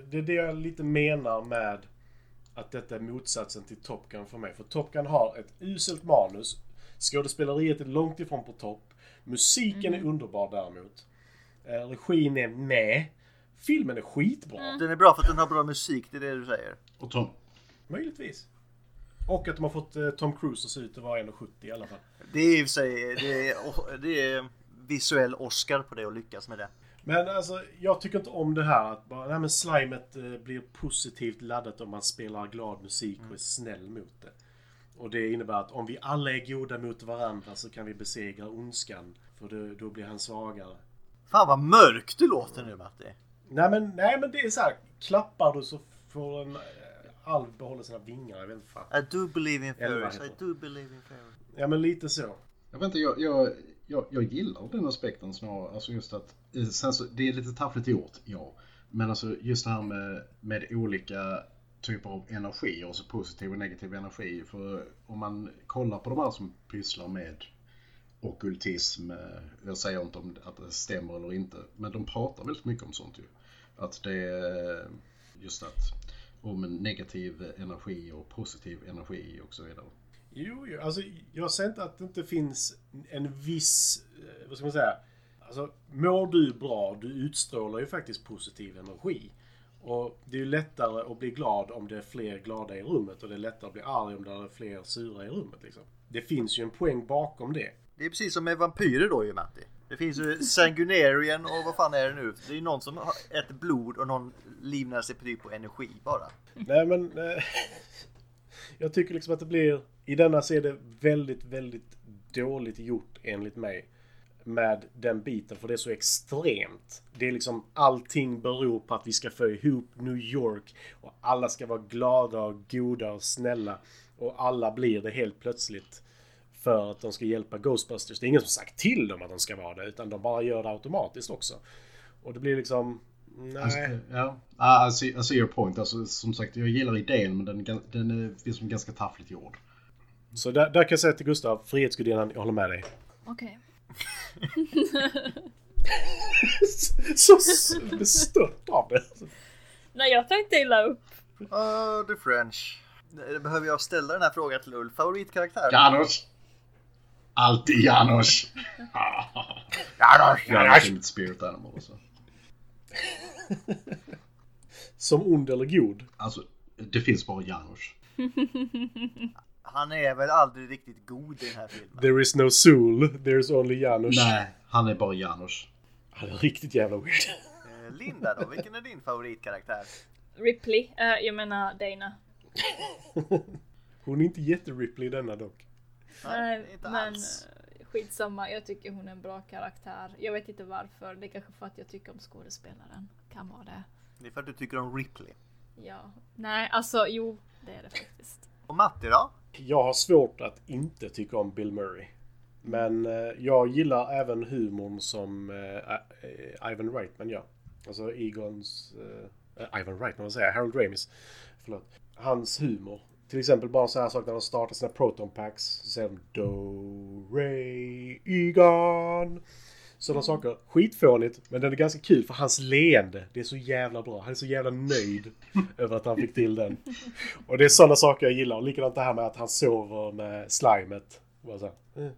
S3: Det är det jag lite menar med att detta är motsatsen till Top Gun för mig. För Top Gun har ett uselt manus. Skådespeleriet är långt ifrån på topp. Musiken är underbar däremot. Eh, Regin är med. Filmen är skitbra.
S2: Den är bra för att den har bra musik, det är det du säger.
S5: Och Tom,
S3: Möjligtvis. Och att de har fått eh, Tom Cruise att se ut att vara 1,70 i alla fall.
S2: Det är i och för sig, det är, det är visuell Oscar på det och lyckas med det.
S3: Men alltså, jag tycker inte om det här att bara, nej men slimet eh, blir positivt laddat om man spelar glad musik och är snäll mot det. Och det innebär att om vi alla är goda mot varandra så kan vi besegra ondskan. För då, då blir han svagare.
S2: Fan vad mörk du låter nu Matti.
S3: Nej men, nej men det är så här, klappar du så får en eh, alv behålla sina vingar, jag vet inte fan.
S2: I do believe in
S3: Eller vad
S2: fairies, I
S3: heter
S2: do believe in fairies.
S3: Ja men lite så.
S5: Jag vet inte, jag, jag, jag, jag gillar den aspekten snarare. Alltså just att, eh, sen så, det är lite taffligt gjort, ja. Men alltså just det här med, med olika typer av energi, alltså positiv och negativ energi. För om man kollar på de här som pysslar med okultism, eh, jag säger inte om att det stämmer eller inte, men de pratar väldigt mycket om sånt ju. Att det är just att om en negativ energi och positiv energi och så vidare.
S3: Jo, jo, alltså jag säger inte att det inte finns en viss, eh, vad ska man säga, alltså mår du bra, du utstrålar ju faktiskt positiv energi. Och det är ju lättare att bli glad om det är fler glada i rummet och det är lättare att bli arg om det är fler sura i rummet liksom. Det finns ju en poäng bakom det.
S2: Det är precis som med vampyrer då ju Matti. Det finns ju sanguinarian och vad fan är det nu? Det är ju någon som har- äter blod och någon livnär sig på typ på energi bara.
S3: Nej men... Eh, jag tycker liksom att det blir... I denna så är det väldigt, väldigt dåligt gjort enligt mig. Med den biten, för det är så extremt. Det är liksom allting beror på att vi ska få ihop New York. Och alla ska vara glada och goda och snälla. Och alla blir det helt plötsligt. För att de ska hjälpa Ghostbusters. Det är ingen som sagt till dem att de ska vara det. Utan de bara gör det automatiskt också. Och det blir liksom...
S5: Alltså,
S3: Nej.
S5: ja, Ah, I see, I see your point. Alltså, som sagt, jag gillar idén men den, är gan- den är liksom ganska taffligt gjord.
S3: Så där, där kan jag säga till Gustav, Frihetsgudinnan, jag håller med dig.
S4: Okej.
S3: Så s- bestört av det.
S4: Nej, jag tänkte illa upp.
S2: Uh, the French. Eh, Behöver jag ställa den här frågan till Ulf? Favoritkaraktär?
S5: Janos! Alltid Janos! Janos! Janos! är mitt spirit animal alltså.
S3: Som ond eller god.
S5: alltså. Det finns bara Janos.
S2: Han är väl aldrig riktigt god i den här filmen.
S3: There is no soul, there is only Janusz.
S5: Nej, han är bara Janos.
S3: Han är riktigt jävla weird.
S2: Eh, Linda då, vilken är din favoritkaraktär?
S4: Ripley. Eh, jag menar Dana.
S3: Hon är inte jätte-Ripley i denna dock.
S4: Nej,
S2: inte
S4: men
S2: alls.
S4: eh, skitsamma, jag tycker hon är en bra karaktär. Jag vet inte varför, det är kanske för att jag tycker om skådespelaren. Kan vara det.
S2: Det är för att du tycker om Ripley.
S4: Ja. Nej, alltså jo, det är det faktiskt.
S2: Och Matti då?
S3: Jag har svårt att inte tycka om Bill Murray. Men eh, jag gillar även humorn som eh, I- eh, Ivan Reitman gör. Alltså Egons... Eh, eh, Ivan Reitman, vad säger jag? Harold Ramis. Förlåt. Hans humor. Till exempel bara en sån här sak när de startar sina proton packs. Så säger de Do, Re, Egon. Sådana saker. Skitfånigt, men den är ganska kul för hans leende. Det är så jävla bra. Han är så jävla nöjd över att han fick till den. Och det är sådana saker jag gillar. Och likadant det här med att han sover med slimet. Bara så här, eh.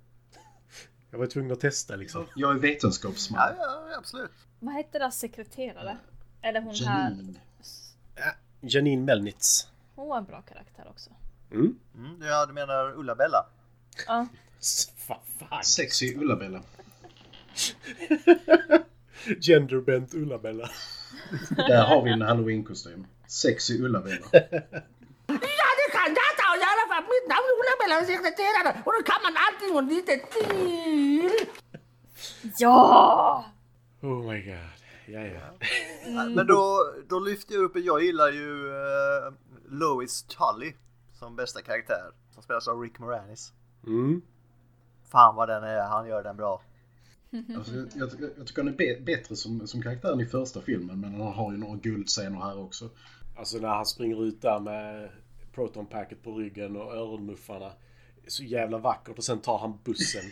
S3: Jag var tvungen att testa liksom.
S5: Jag är vetenskapsman.
S2: Ja, ja, ja, absolut.
S4: Vad hette deras sekreterare? Eller hon här.
S5: Janine.
S3: Janine Melnitz.
S4: Hon var en bra karaktär också.
S2: Mm, ja, du menar Ulla-Bella?
S4: Ja.
S3: S- Vad fan?
S5: Sexy Ulla-Bella.
S3: Genderbent Ulla-Bella.
S5: Där har vi en halloween-kostym. Sexy Ulla-Bella.
S9: Du kan detta och i alla fall mitt namn är Ulla-Bella sekreterare och då kan man allting och lite till.
S4: Ja!
S3: Oh my god. Ja, ja.
S2: Men då, då lyfter jag upp, jag gillar ju eh, Lois Tully som bästa karaktär. Som spelas av Rick Moranis.
S3: Mm.
S2: Fan vad den är, han gör den bra.
S5: Alltså, jag, jag, jag tycker han är be- bättre som, som karaktären i första filmen, men han har ju några guldscener här också.
S3: Alltså när han springer ut där med protonpacket på ryggen och öronmuffarna. Så jävla vackert och sen tar han bussen.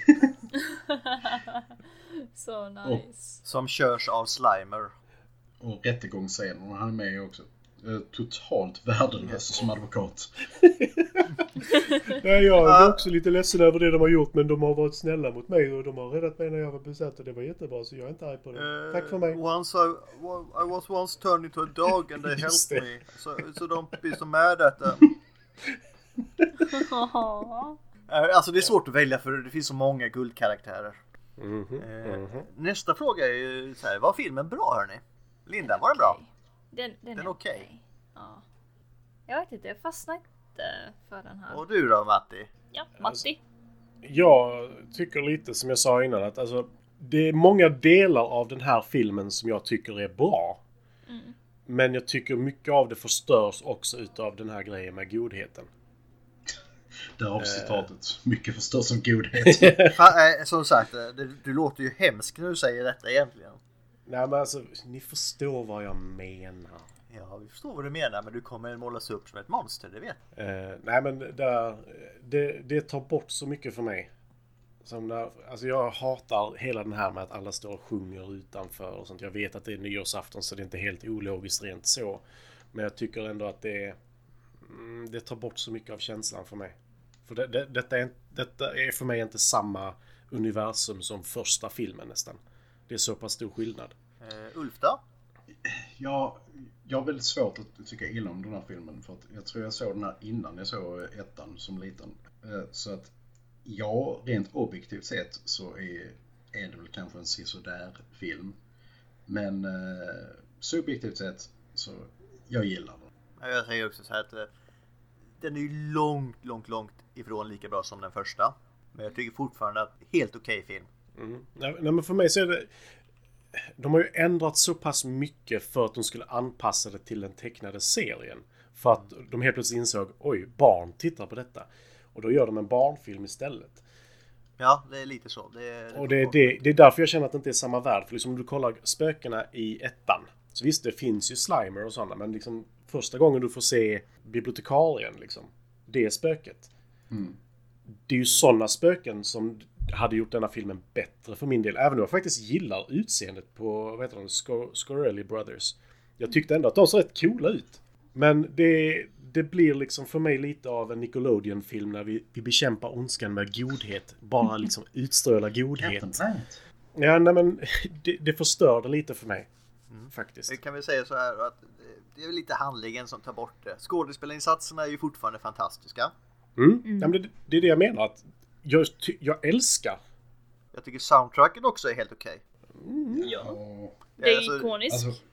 S4: Så nice.
S2: Som körs av Slimer.
S5: Och rättegångsscenerna han är med i också. Eh, Totalt värdelös som advokat.
S3: Nej, jag är också lite ledsen över det de har gjort men de har varit snälla mot mig och de har räddat mig när jag var besatt och det var jättebra så jag är inte arg på det. Tack för mig.
S2: Eh, once I, wa- I was once turned into a dog and they
S3: Just
S2: helped
S3: det.
S2: me. So, so don't be so mad at them.
S4: Ja.
S2: Eh, Alltså det är svårt att välja för det finns så många guldkaraktärer. Eh, Nästa fråga är ju så här, var filmen bra hörni? Linda, var den bra?
S4: Okej. Den, den,
S2: Den
S4: är
S2: är
S4: okej.
S2: okej.
S4: Ja. Jag vet inte, jag fastnade inte för den här.
S2: Och du då Matti?
S4: Ja, alltså- Matti.
S3: Jag tycker lite som jag sa innan att alltså, det är många delar av den här filmen som jag tycker är bra. Men jag tycker mycket av det förstörs också utav den här grejen med godheten.
S5: Därav citatet. Mycket förstörs som godhet.
S2: Fa- eh, Som sagt, eh, det- du låter ju hemsk när du säger detta egentligen.
S3: Nej men alltså, ni förstår vad jag menar.
S2: Ja, vi förstår vad du menar, men du kommer målas upp som ett monster, det vet jag.
S3: Eh, nej men där, det, det tar bort så mycket för mig. Som när, alltså jag hatar hela den här med att alla står och sjunger utanför och sånt. Jag vet att det är nyårsafton så det är inte helt ologiskt rent så. Men jag tycker ändå att det, mm, det tar bort så mycket av känslan för mig. För det, det, detta, är, detta är för mig inte samma universum som första filmen nästan. Det är så pass stor skillnad.
S2: Eh, Ulf då?
S5: Jag, jag har väldigt svårt att tycka illa om den här filmen för att jag tror jag såg den här innan jag såg ettan som liten. Eh, Så att ja, rent objektivt sett så är, är det väl kanske en sisådär film. Men eh, subjektivt sett så jag gillar den.
S2: Ja, Jag säger också så här att eh, den är ju långt, långt, långt ifrån lika bra som den första. Men jag tycker fortfarande att helt okej film.
S3: Nej, nej men för mig så är det... De har ju ändrat så pass mycket för att de skulle anpassa det till den tecknade serien. För att de helt plötsligt insåg oj, barn tittar på detta. Och då gör de en barnfilm istället.
S2: Ja, det är lite så. Det är,
S3: Och det är, det, det är därför jag känner att det inte är samma värld. För liksom om du kollar spökena i ettan. Så visst, det finns ju slimer och sådana. Men liksom första gången du får se bibliotekarien, liksom. Det är spöket. Det är ju sådana spöken som hade gjort denna filmen bättre för min del. Även om jag faktiskt gillar utseendet på, vad heter de, Scor- Scorelli Brothers. Jag tyckte ändå att de såg rätt coola ut. Men det, det blir liksom för mig lite av en Nickelodeon-film när vi, vi bekämpar ondskan med godhet. Bara liksom utstråla godhet.
S5: Captain Planet.
S3: Ja, nej men det, det förstörde lite för mig. Faktiskt.
S2: Det kan vi säga så här att eh, det är väl lite handlingen som tar bort det. Skådespelarinsatserna är ju fortfarande fantastiska.
S3: Mm. Ja, men det, det är det jag menar. Att jag, ty- jag älskar.
S2: Jag tycker soundtracken också är helt okej.
S4: Det är
S2: alltså-
S4: ikoniskt.
S5: Alltså,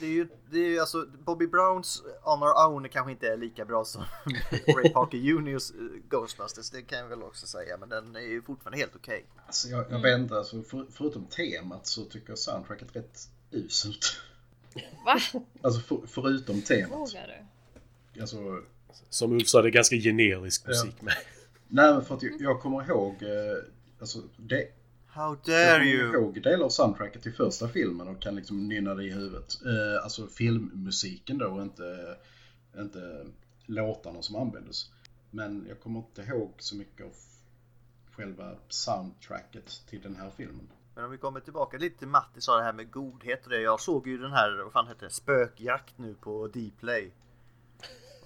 S2: Det är ju, det är ju alltså, Bobby Browns On Our Own kanske inte är lika bra som Ray Parker Juniors eh, Ghostbusters, det kan jag väl också säga, men den är ju fortfarande helt okej.
S5: alltså jag, jag vet inte, alltså, för, förutom temat så tycker jag soundtracket är rätt uselt.
S4: Va?
S5: Alltså för, förutom temat.
S4: Vågar du?
S5: Alltså,
S3: Som Ulf sa, det är ganska generisk musik med.
S5: nej men för att jag, jag kommer ihåg, eh, alltså det,
S2: How
S5: Jag
S2: dare
S5: kommer
S2: you!
S5: ihåg delar av soundtracket till första filmen och kan liksom nynna det i huvudet. Eh, alltså filmmusiken då, inte, inte låtarna som användes. Men jag kommer inte ihåg så mycket av själva soundtracket till den här filmen.
S2: Men om vi kommer tillbaka lite till Matti sa det här med godhet och det. Jag såg ju den här, vad fan hette det, spökjakt nu på Dplay.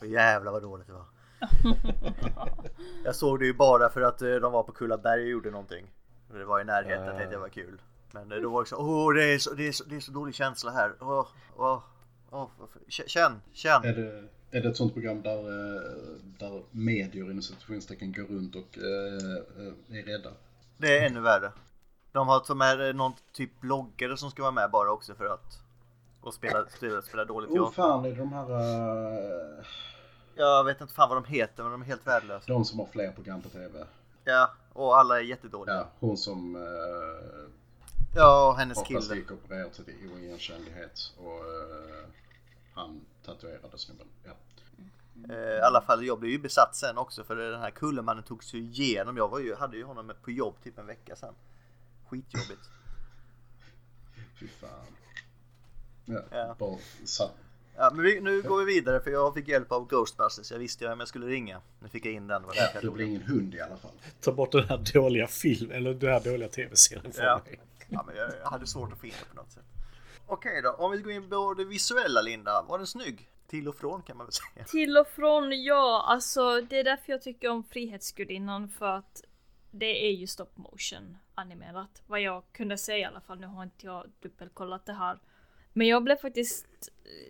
S2: Och jävlar vad dåligt det var. jag såg det ju bara för att eh, de var på Kullaberg och gjorde någonting. Och Det var i närheten, jag tänkte det var kul. Men eh, då var det så, åh det är så, det är så, det är så dålig känsla här. Åh, åh, åh, varför- K- känn, känn.
S5: Är det, är det ett sånt program där, eh, där medier inom situationstecken går runt och eh, eh, är rädda?
S2: Det är ännu värre. De har tagit med eh, någon typ bloggare som ska vara med bara också för att och spela, spela, spela dåligt
S5: Åh oh,
S2: teater.
S5: fan, är det de här... eh,
S2: Jag vet inte fan vad de heter men de är helt värdelösa.
S5: de som har fler program på TV?
S2: Ja, och alla är jättedåliga.
S5: Ja, hon som... eh,
S2: Ja, och hennes
S5: Har
S2: kille.
S5: plastikopererat sig till oigenkännlighet och eh, han tatuerade snubben. Ja.
S2: Eh, I alla fall, jag blev ju besatt sen också för den här kullermannen tog sig igenom. Jag var ju, hade ju honom på jobb typ en vecka sen. Skitjobbigt.
S5: Fy fan. Ja,
S2: Ja.
S5: Bara satt.
S2: Ja, men vi, nu går vi vidare för jag fick hjälp av Ghostbusters. Jag visste ju vem jag skulle ringa. Nu fick jag in den. Det var därför jag
S5: Det
S2: tog
S5: blir
S2: den.
S5: ingen hund i alla fall.
S3: Ta bort den här dåliga film eller den här dåliga tv-serien från
S2: Ja.
S3: mig.
S2: ja, men jag, jag hade svårt att finna på något sätt. Okej då, om vi går in på det visuella Linda. Var den snygg? Till och från kan man väl säga.
S4: Till och från, ja. Alltså det är därför jag tycker om Frihetsgudinnan för att det är ju stop motion animerat. Vad jag kunde säga i alla fall. Nu har inte jag dubbelkollat det här. Men jag blev faktiskt...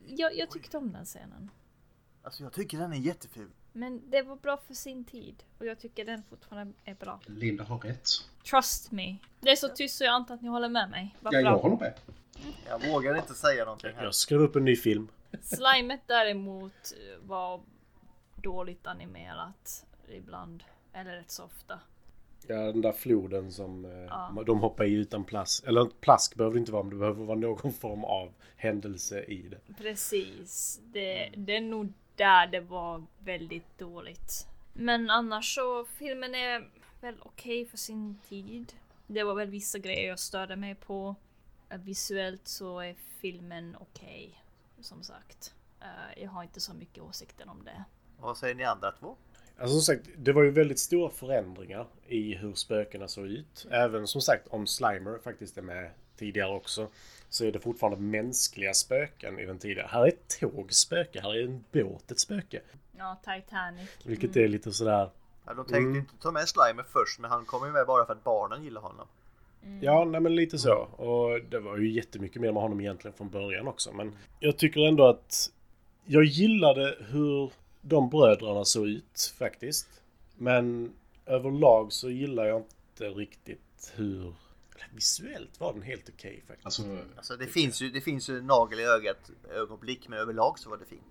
S4: Jag, jag tyckte om den scenen.
S2: Alltså jag tycker den är jätteful.
S4: Men det var bra för sin tid. Och jag tycker den fortfarande är bra.
S5: Linda har rätt.
S4: Trust me. Det är så tyst så jag antar att ni håller med mig. Vad
S5: Ja, jag
S4: bra.
S5: håller med.
S2: Jag vågar inte säga någonting här.
S3: Jag skrev upp en ny film.
S4: Slimet däremot eh, var dåligt animerat ibland. Eller rätt så ofta.
S3: Ja, den där floden som eh, de hoppar i utan plask. Eller plask behöver det inte vara, men det behöver vara någon form av händelse i det.
S4: Precis. Det, det är nog där det var väldigt dåligt. Men annars så, filmen är väl okej för sin tid. Det var väl vissa grejer jag störde mig på. Eh, Visuellt så är filmen okej, som sagt. Eh, Jag har inte så mycket åsikter om det.
S2: Vad säger ni andra två?
S3: Alltså som sagt, det var ju väldigt stora förändringar i hur spökena såg ut. Även som sagt, om Slimer faktiskt är med tidigare också, så är det fortfarande mänskliga spöken i den tidigare. Här är ett tåg spöke, här är en båt ett spöke.
S4: Ja, Titanic.
S3: Vilket är lite sådär...
S2: Ja, de tänkte ju inte ta med Slimer först men han kommer ju med bara för att barnen gillar honom.
S3: Ja, nej men lite så. Och det var ju jättemycket mer med honom egentligen från början också. Men jag tycker ändå att jag gillade hur de bröderna såg ut faktiskt. Men överlag så gillar jag inte riktigt hur... eller Visuellt var den helt okej faktiskt.
S5: Alltså,
S2: Alltså det finns ju, det finns ju en nagel i ögat ögonblick men överlag så var det fint.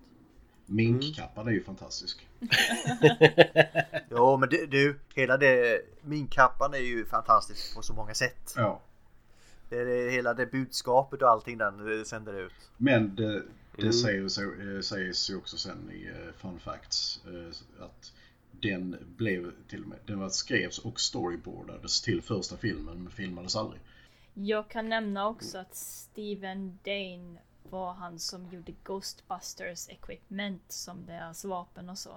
S5: minkkappan är ju fantastisk.
S2: Jo men du, du hela det, minkappan är ju fantastisk på så många sätt.
S5: Ja.
S2: Det är det, hela det budskapet och allting den eh, sänder ut.
S5: Men det, det säger, så, eh, sägs ju också sen i eh, Fun Facts eh, att den blev till och med, den var skrevs och storyboardades till första filmen men filmades aldrig.
S4: Jag kan nämna också att Steven Dane var han som gjorde Ghostbusters equipment som deras vapen och så.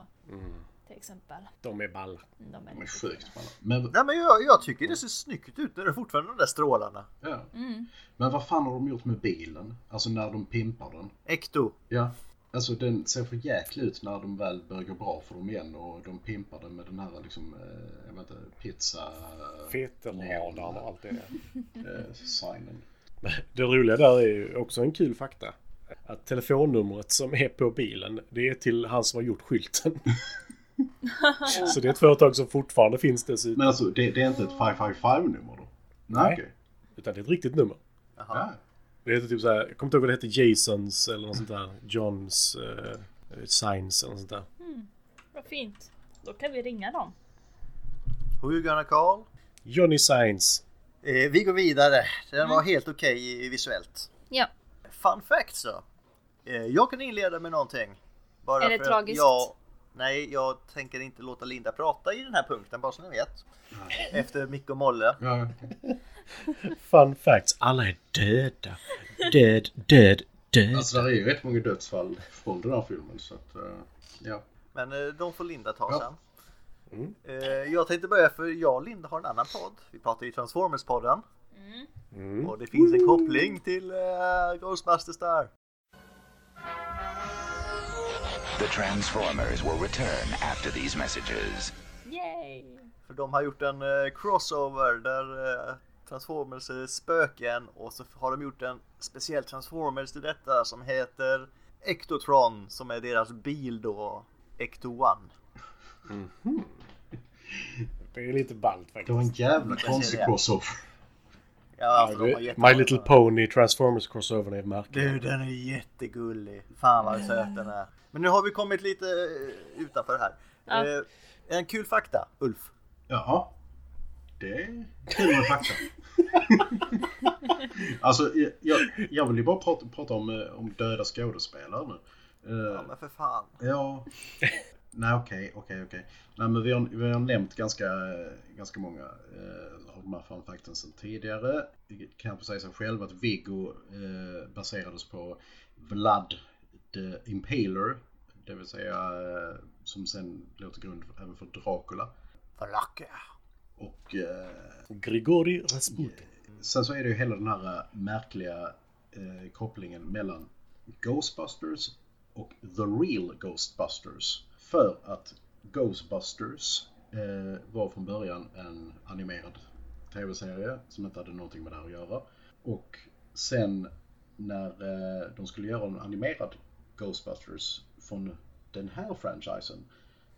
S4: Till exempel.
S3: De är balla.
S4: Mm. De är
S5: De är
S4: lite-
S5: sjukt balla. Men
S2: Nej men jag, jag tycker det ser snyggt ut när det är fortfarande de där strålarna.
S5: Ja. Men vad fan har de gjort med bilen? Alltså när de pimpar den?
S2: Ecto.
S5: Ja. Alltså den ser för jäkla ut när de väl börjar gå bra för dem igen och de pimpar den med den här liksom, eh, jag vet inte, pizza...
S3: Fetelradarn och allt det där.
S5: Eh, signen.
S3: Det roliga där är ju också en kul fakta. Att telefonnumret som är på bilen, det är till han som har gjort skylten. Så det är ett företag som fortfarande finns dessutom.
S5: Men alltså det, det är inte ett 555-nummer då?
S3: Nej.
S5: Nej. okej.
S3: Utan det är ett riktigt nummer.
S5: Ja.
S3: Det heter typ så här, jag kommer inte ihåg vad det hette, Jasons eller något sånt där. Johns, eh, Signs eller något sånt där.
S4: Vad fint. Då kan vi ringa dem.
S2: Who you gonna call?
S3: Johnny Signs.
S2: Mm. Eh, vi går vidare. Den var helt okej visuellt.
S4: Ja.
S2: fun facts då. Eh, Jag kan inleda med någonting. Bara
S4: Är det
S2: för
S4: tragiskt?
S2: Att jag, nej, jag tänker inte låta Linda prata i den här punkten, bara så ni vet. Efter Micke och Molle.
S5: Ja.
S3: Fun facts. Alla är döda. Död, död, död.
S5: Alltså det är ju rätt många dödsfall från den här filmen så att, eh, ja.
S2: Men eh, de får Linda ta
S5: Ja.
S2: sen. Eh, Jag tänkte börja för jag och Linda har en annan podd. Vi pratar ju Transformers-podden.
S4: Mm.
S2: Och det finns en koppling till uh, Ghostbusters där.
S8: The Transformers will return after these messages.
S4: Yay!
S2: För de har gjort en eh, crossover där eh, Transformers är spöken och så har de gjort en speciell Transformers till detta som heter Ectotron som är deras bil då, Ecto-1.
S3: Det är lite ballt
S5: Det var en
S3: faktiskt.
S5: jävla konstig crossover.
S2: Ja, alltså, de har jättemånga-
S3: My Little Pony Transformers crossovern är märklig.
S2: Du, den är jättegullig. Fan vad söt den är. Men nu har vi kommit lite eh, utanför här.
S4: Ja.
S2: Eh, en kul fakta, Ulf.
S5: Jaha. Det är kul med fakta. alltså, jag- jag, jag vill ju bara prata, prata om, eh, om döda skådespelare nu. Eh,
S2: Ja, men för fan.
S5: Ja. Nej, okej, okej, okej. Nej, men vi har, vi har nämnt ganska, ganska många eh, av de här fun facten sedan tidigare. Det Kanske säger sig själv att Viggo eh, baserades på Vlad the Impaler, det vill säga eh, som sen låg till grund även för Dracula.
S2: Flacka.
S5: Och eh,
S3: Grigori Rasputin.
S5: Sen så är det ju hela den här eh, märkliga eh, kopplingen mellan Ghostbusters och The Real Ghostbusters. För att Ghostbusters eh, var från början en animerad tv-serie som inte hade någonting med det här att göra. Och sen när eh, de skulle göra en animerad Ghostbusters från den här franchisen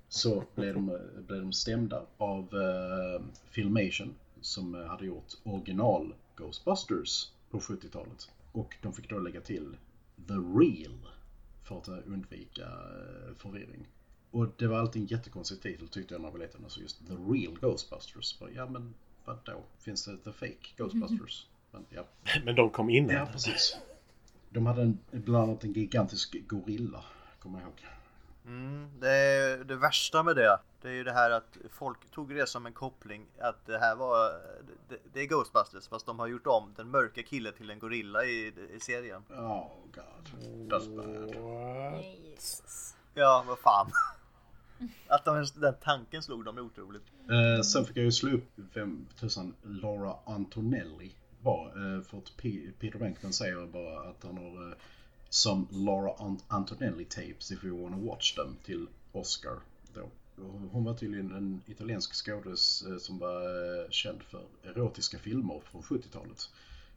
S5: så blev de, blev de stämda av eh, Filmation som eh, hade gjort original Ghostbusters på 70-talet. Och de fick då lägga till The Real för att eh, undvika eh, förvirring. Och det var alltid en jättekonstig titel tyckte jag när jag var liten. Alltså just The Real Ghostbusters. Bara, Ja men vadå? Finns det The Fake Ghostbusters? Men, ja.
S3: Men de kom innan.
S5: ja, precis. De hade en, bland annat en gigantisk gorilla, kommer jag ihåg.
S2: Mm, det, är det värsta med det, det är ju det här att folk tog det som en koppling att det här var, det, det är Ghostbusters fast de har gjort om den mörka killen till en gorilla i, i serien.
S5: Oh god, that's bad.
S4: Jesus.
S2: Ja, vad fan. Att de, den tanken slog dem är otroligt.
S5: Eh, sen fick jag ju slå upp vem tusan Laura Antonelli var. Eh, för att P- Peter Venkman säger bara att han har eh, som Laura Ant- Antonelli tapes if you wanna watch them till Oscar. Då. Och Hon var tydligen en italiensk skådis eh, som var eh, känd för erotiska filmer från 70-talet.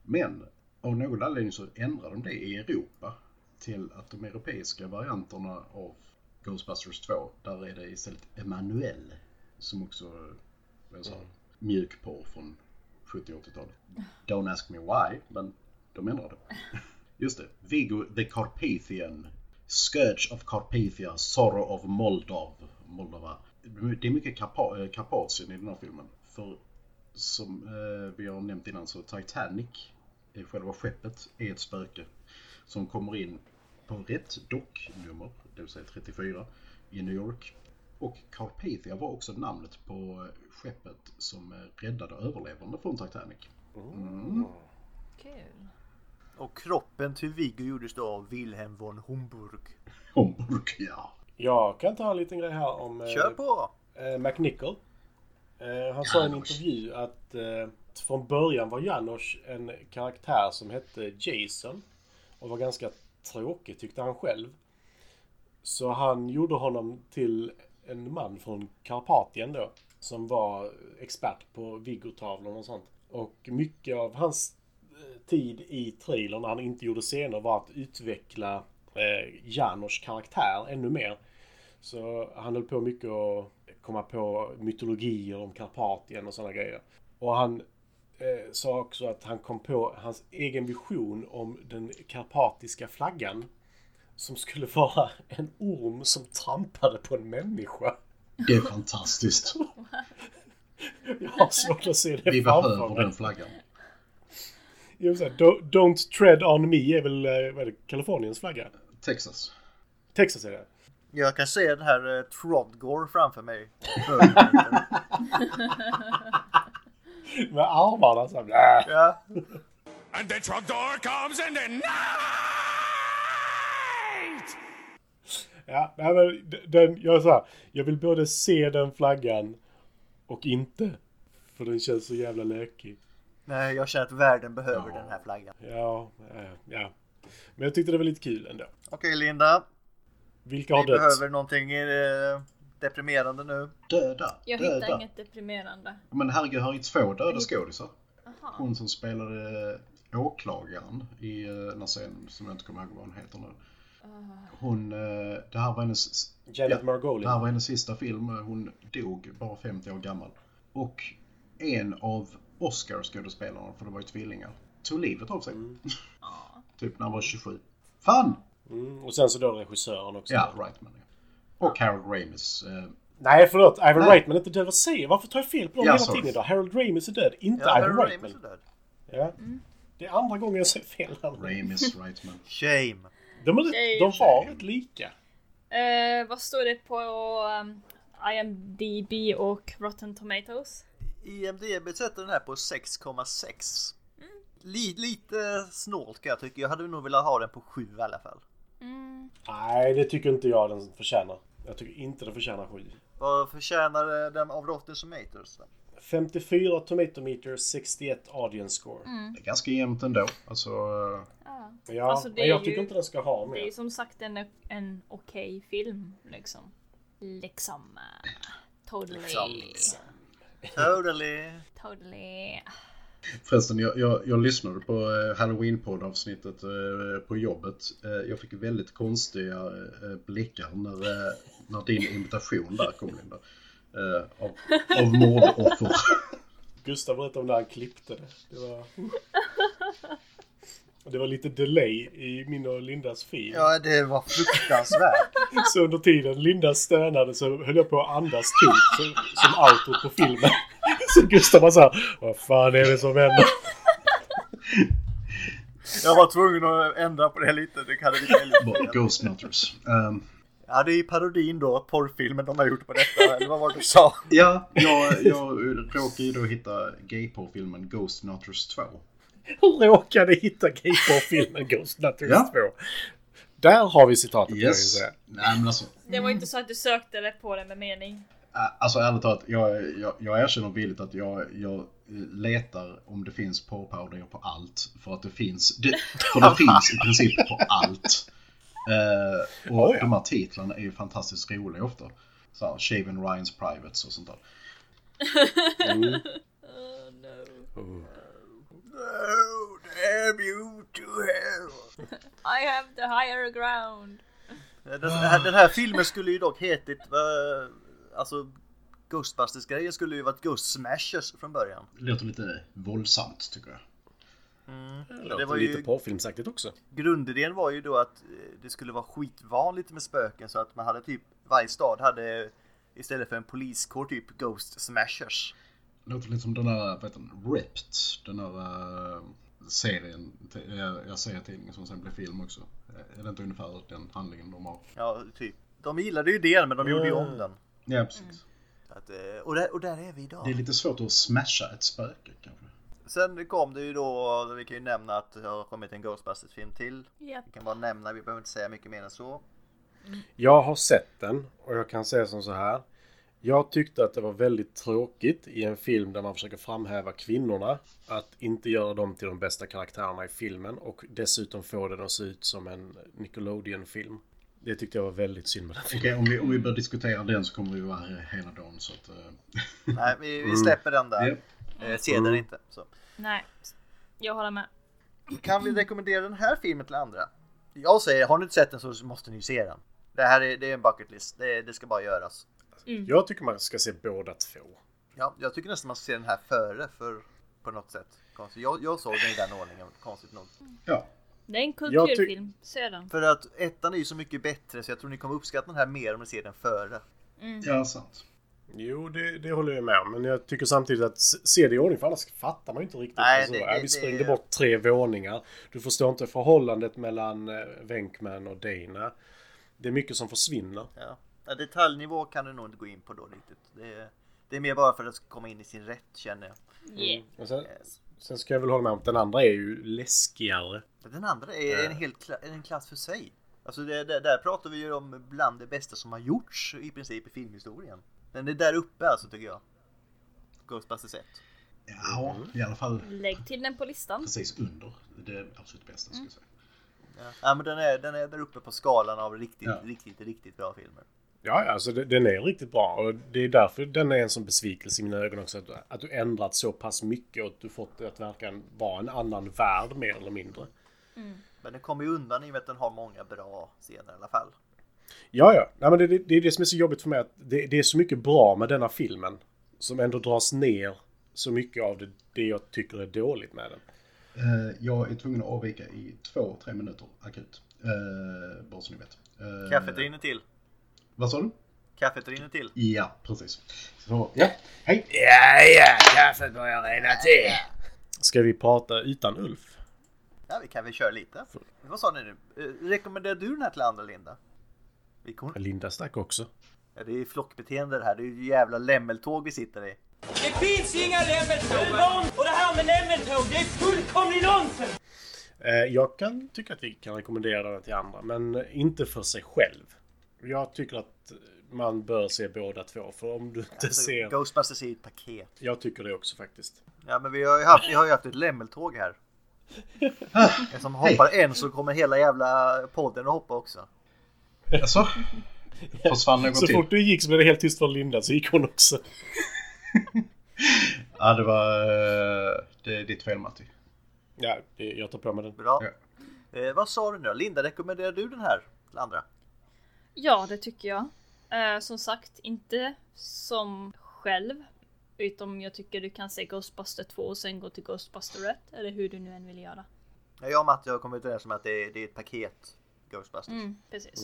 S5: Men av någon anledning så ändrade de det i Europa till att de europeiska varianterna av Ghostbusters 2, där är det istället Emanuel som också var en sån mjuk porr från 70-80-talet. Don't ask me why, men de ändrade. Just det, Viggo the Carpathian, Scourge of Carpathia, Sorrow of Moldov, Moldova. Det är mycket Karpa- eh, Karpatien i den här filmen. För som eh, vi har nämnt innan så Titanic, eh, själva skeppet, är ett spöke som kommer in på rätt docknummer, det vill säga 34, i New York. Och Carpathia var också namnet på skeppet som eh, räddade överlevande från Titanic.
S4: Kul.
S2: Och kroppen till Viggo gjordes då av Wilhelm von Homburg.
S5: Homburg, ja.
S3: Jag kan ta en liten grej här om eh,
S2: Kör på!
S3: eh, McNichol. Eh, han sa i en
S5: Janos.
S3: intervju att eh, från början var Janos en karaktär som hette Jason och var ganska tråkig tyckte han själv. Så han gjorde honom till en man från Karpatien då som var expert på Viggo-tavlor och sånt. Och mycket av hans eh, tid i trailern när han inte gjorde scener var att utveckla eh, Janos karaktär ännu mer. Så han höll på mycket att komma på mytologier om Karpatien och sådana grejer. Och han eh, sa också att han kom på hans egen vision om den karpatiska flaggan. Som skulle vara en orm som trampade på en människa.
S5: Det är fantastiskt.
S3: Jag har svårt att se det
S5: Vi
S3: framför
S5: behöver
S3: mig.
S5: den flaggan.
S3: Jo, så här, "Do- Don't tread on me är väl eh, vad är det, Kaliforniens flagga?
S5: Texas.
S3: Texas är det.
S2: Jag kan se den här eh, Trodgore framför mig.
S3: Med armarna så här, "Bäh."
S2: ja.
S6: And the truck door comes in the night!
S3: Ja, nej, men d- den, jag, är så här, jag vill både se den flaggan och inte. För den känns så jävla lökig.
S2: Nej, jag känner att världen behöver den här flaggan.
S3: Ja, eh, ja. Men jag tyckte det var lite kul ändå.
S2: Okej Linda,
S3: Vilka har
S2: vi
S3: dött?
S2: behöver någonting eh, deprimerande nu.
S5: Döda.
S4: Jag
S5: döda.
S4: hittar inget deprimerande.
S5: Men herregud, har ju två döda skådisar. Hon som spelade åklagaren i eh, den här scenen, som jag inte kommer ihåg vad hon heter nu.
S4: Ah.
S5: Hon, eh, det här var hennes...
S3: Janet Margolin.
S5: Det här var hennes sista film. Hon dog bara 50 år gammal. Och en av Oscar-skådespelarna, för det var ju tvillingar, tog livet av sig. typ när han var 27. Fan!
S3: Mm, och sen så då regissören också.
S5: Ja, Reitman. ja. Och Harold Ramis. Eh,
S3: Nej, förlåt. Ivan
S5: Nej.
S3: Reitman är inte död. Vad säger jag? Varför tar jag fel på dem
S5: Ja,
S3: hela
S5: sorry.
S3: tiden idag? Harold Ramis är död, inte
S2: Ja,
S3: Ivan
S2: Harold Ramis är
S3: Reitman.
S2: död. Mm.
S3: Ja. Det är andra gången jag säger fel. här.
S5: Ramis, Reitman.
S2: Shame.
S3: De, är,
S4: Shame.
S3: de var rätt lika.
S4: Eh, vad står det på um, IMDB och Rotten Tomatoes?
S2: IMDB sätter den här på 6,6. Li- lite snålt kan jag tycka. Jag hade nog velat ha den på 7 i alla fall.
S3: Nej, det tycker inte jag den förtjänar. Jag tycker inte den förtjänar sju.
S2: Vad förtjänar den av Rotten Tomatoes? då?
S3: 54 tomato meter, 61 audience score.
S4: Mm.
S5: Det är ganska jämnt ändå. Alltså, eh,
S3: Men, ja,
S4: Alltså, det
S3: men
S4: är
S3: jag
S4: ju-
S3: tycker inte den ska ha
S4: Det är
S3: mer.
S4: ju som sagt en, en okej film liksom. Liksom. eh, Totally.
S2: Liksom. Totally.
S4: Totally.
S5: Förresten, jag, jag, jag lyssnade på eh, Halloween-podd-avsnittet eh, på jobbet. Eh, jag fick väldigt konstiga eh, blickar när, eh, när din imitation där kom, Linda. Eh, av, av mordoffer.
S3: Gustav berättade om när han klippte det. Det var... Det var lite delay i min och Lindas fil.
S2: Ja, det var fruktansvärt.
S3: Så under tiden Linda stönade så höll jag på att andas typ så, som outrot på filmen. Så Gustav var såhär, vad fan är det som händer?
S2: jag var tvungen att ändra på det lite. Det hade blivit väldigt
S5: Bara
S2: fel.
S5: Ghost Nutters. Ehm,
S2: Ja, det är ju parodin då. Porrfilmen de har gjort på detta. Eller vad var det du sa?
S5: ja, jag, jag råkade ju då hitta gayporrfilmen Ghost Nutters 2.
S3: Hon råkade hitta gayporrfilmen Ghost Nutters
S5: Ja.
S3: 2. Där har vi citatet kan jag ju
S5: Yes.
S3: säga.
S5: Nej, men alltså.
S4: Det var inte så att du sökte det på det med mening.
S5: Äh, Alltså ärligt talat, jag, jag, jag erkänner villigt att jag, jag eh, letar om det finns porrparodier på allt. För att det finns, det, för det finns i princip på allt. Eh, och
S3: Oh, ja.
S5: de här titlarna är ju fantastiskt roliga ofta. Så här, Shaven Ryans Privates och sånt där.
S2: Oh, damn you to hell.
S4: I have the higher ground.
S2: Den, den, här, den här filmen skulle ju dock hetit... eh, alltså, Ghostbusters-grejen skulle ju varit Ghost Smashers från början.
S5: Det låter lite våldsamt tycker jag.
S2: Det var ju,
S3: porrfilmsaktigt också.
S2: grundidén var ju då att eh, det skulle vara skitvanligt med spöken så att man hade typ... Varje stad hade eh, istället för en poliskår typ Ghost Smashers.
S5: Det låter lite som den här, vad heter den, Ripped. Den här eh, serien, t- eh, jag ser tidningen som sen blev film också. Eh, Är det inte ungefär den handlingen de har?
S2: Ja, typ. De gillade ju det men de gjorde ju om den.
S5: Ja, precis.
S2: Så Att, eh, och, där, och där är vi idag.
S5: Det är lite svårt att smasha ett spöke kanske.
S2: Sen kom det ju då, vi kan ju nämna att det har kommit en Ghostbusters-film till.
S4: Japp.
S2: Vi kan bara nämna, vi behöver inte säga mycket mer än så.
S3: Jag har sett den och jag kan säga som så här. Jag tyckte att det var väldigt tråkigt i en film där man försöker framhäva kvinnorna. Att inte göra dem till de bästa karaktärerna i filmen och dessutom få den att se ut som en Nickelodeon-film. Det tyckte jag var väldigt synd med den filmen.
S5: Okej, om, vi, om vi börjar diskutera den så kommer vi vara här hela dagen så att... eh,
S2: Nej, vi, vi släpper den där.
S5: Japp.
S2: Eh, se den inte. Så.
S4: Nej, jag håller med.
S2: Kan vi rekommendera den här filmen till andra? Jag säger, har ni inte sett den så måste ni se den. Det här är, det är en bucket list, det, det ska bara göras.
S3: Jag tycker man ska se båda två.
S2: Ja, jag tycker nästan man ska se den här före, för på något sätt. Konstigt. Jag, jag såg den i den ordningen, konstigt nog.
S5: ja.
S4: Det är en
S3: Jag ty-
S4: kulturfilm, se den.
S2: För att ettan är ju så mycket bättre så jag tror ni kommer uppskatta den här mer om ni ser den före.
S5: ja, sant.
S3: Jo, det, det håller jag med om. Men jag tycker samtidigt att s- se det i ordning, för annars fattar man ju inte riktigt.
S2: Nej,
S3: Alltså,
S2: det-
S3: äh,
S2: det-
S3: vi
S2: det-
S3: sprängde bort tre våningar. Du förstår inte förhållandet mellan eh, Venkman och Dana. Det är mycket som försvinner.
S2: Ja. Ja, detaljnivå kan du nog inte gå in på då riktigt. Det är, det är mer bara för att det ska komma in i sin rätt känner jag.
S4: Yeah.
S3: Men sen,
S2: Yes.
S3: sen ska jag väl hålla med om att den andra är ju läskigare.
S2: Den andra är en helt kla- en klass för sig. Alltså det, det, där pratar vi ju om bland det bästa som har gjorts i princip i filmhistorien. Den är där uppe alltså tycker jag. Ghostbusters 1.
S1: Ja, i alla fall
S4: Lägg till den på listan.
S1: precis under det absolut bästa skulle jag säga.
S2: Ja. ja men den är, den är där uppe på skalan av riktigt,
S1: Ja.
S2: riktigt, riktigt bra filmer.
S3: Ja, ja, alltså det- den är riktigt bra. Och det är därför den är en sån besvikelse i mina ögon också. Att, att du ändrat så pass mycket och att du fått det att verka vara en annan värld mer eller mindre.
S2: Men den kommer ju undan i och med att den har många bra scener i alla fall.
S3: Ja, ja. Nej, men det, det, det är det som är så jobbigt för mig. Att det, det är så mycket bra med denna filmen. Som ändå dras ner så mycket av det, det jag tycker är dåligt med den.
S5: Eh, jag är tvungen att avvika i två, tre minuter akut. Eh, bara så ni vet. Eh,
S2: Kaffet rinner till.
S5: Vad sa du?
S2: Kaffet rinner till.
S5: Ja, precis. Så, ja, hej!
S3: Ska vi prata utan Ulf?
S2: Ja, vi kan väl köra lite. Vad sa ni nu? Eh, Rekommenderar du den här till andra, Linda? Vi kommer...
S3: Linda stack också.
S2: Ja, det är ju flockbeteende det här. Det är ju jävla lämmeltåg vi sitter i.
S10: Det finns inga lämmeltåg! Och det här med lämmeltåg, det är fullkomlig nonsens!
S3: Eh, Jag kan tycka att vi kan rekommendera den till andra, men inte för sig själv. Jag tycker att man bör se båda två, för om du inte
S5: Alltså,
S2: Så
S3: ser...
S2: Ghostbusters är ju ett paket.
S3: Jag tycker det också faktiskt.
S2: Ja, men vi har ju haft, vi har ju haft ett lämmeltåg här. En som hoppar en så kommer hela jävla podden att hoppa också.
S5: Alltså, försvann någon
S3: Så
S5: till?
S3: fort du gick så blev det helt tyst från Linda, så gick hon också.
S5: Ja, det var eh, det är ditt fel Matti.
S3: Ja, det- jag tar på mig den.
S2: Bra.
S5: Ja.
S2: Eh, vad sa du nu då? Linda, rekommenderar du den här till andra?
S4: Ja, det tycker jag. Eh, som sagt, inte som själv. Utom jag tycker du kan se Ghostbuster 2 och sen gå till Ghostbuster 1. Eller hur du nu än vill göra.
S2: Ja, Jag och Matti har kommit överens om att det är, det är ett paket Ghostbusters.
S4: Mm, precis.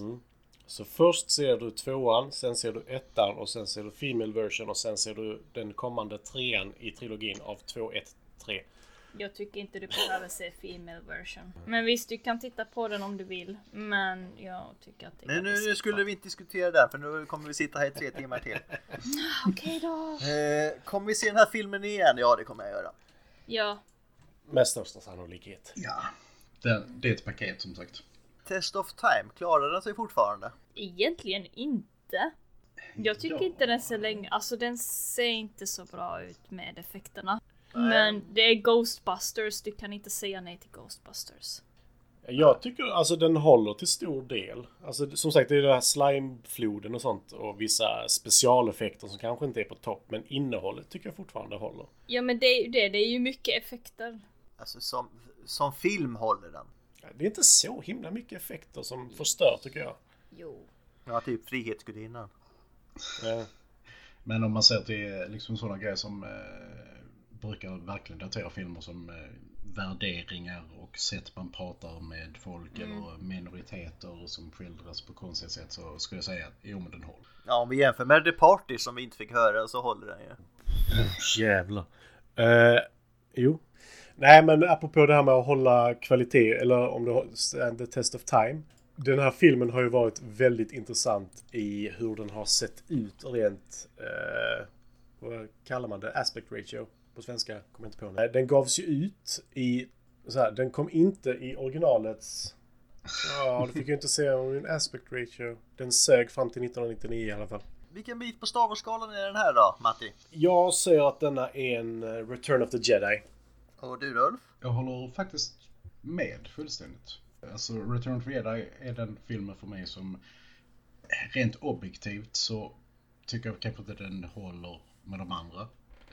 S3: Så först ser du tvåan, sen ser du ettan och sen ser du Female version och sen ser du den kommande trean i trilogin av 2, 1, 3.
S4: Jag tycker inte du behöver se Female version. Men visst, du kan titta på den om du vill. Men jag tycker att det
S2: Nu,
S4: kan
S2: nu,
S4: vi
S2: nu
S4: skippa.
S2: skulle vi inte diskutera det här för nu kommer vi sitta här i tre timmar till.
S4: Okej då!
S2: Eh, kommer vi se den här filmen igen? Ja, det kommer jag göra.
S4: Ja,
S3: Med största sannolikhet.
S5: Ja, det, det är ett paket som sagt.
S2: Test of time, klarar den sig fortfarande?
S4: egentligen inte. Jag tycker
S5: Ja.
S4: inte den ser länge, alltså den ser inte så bra ut med effekterna. Men det är Ghostbusters, du kan inte säga nej till Ghostbusters.
S3: Jag tycker alltså den håller till stor del. Alltså som sagt det är den här slimefloden och sånt och vissa specialeffekter som kanske inte är på topp men innehållet tycker jag fortfarande håller.
S4: Ja men det är ju det, det är ju mycket effekter.
S2: Alltså som, som film håller den.
S3: Det är inte så himla mycket effekter som förstör tycker jag.
S4: Jo.
S2: Ja, typ Frihetsgudinnan.
S3: Eh,
S5: Men om man ser till eh, liksom sådana grejer som eh, brukar verkligen datera filmer som eh, värderingar och sätt man pratar med folk eller minoriteter som skildras på konstiga sätt så skulle jag säga att jo men den håller.
S2: Ja, om vi jämför med The Party som vi inte fick höra så håller den ju.
S3: Jävlar. Eh, jo. Nej, men apropå det här med att hålla kvalitet, eller om du har stand the test of time. Den här filmen har ju varit väldigt intressant i hur den har sett ut rent... eh, vad kallar man det? Aspect ratio på svenska. Kommer jag inte på nu. Eh, Den gavs ju ut i... Så här, den kom inte i originalets... Ja, du fick ju inte se en aspect ratio. Den sög fram till 1999 i alla fall.
S2: Vilken bit på Star Wars-skalan är den här då, Matti?
S3: Jag säger att denna är en eh, Return of the Jedi.
S2: Och du då, Ulf?
S5: Jag håller faktiskt med fullständigt. Alltså Return of the Jedi är den filmen för mig som rent objektivt så tycker jag kanske inte den håller med de andra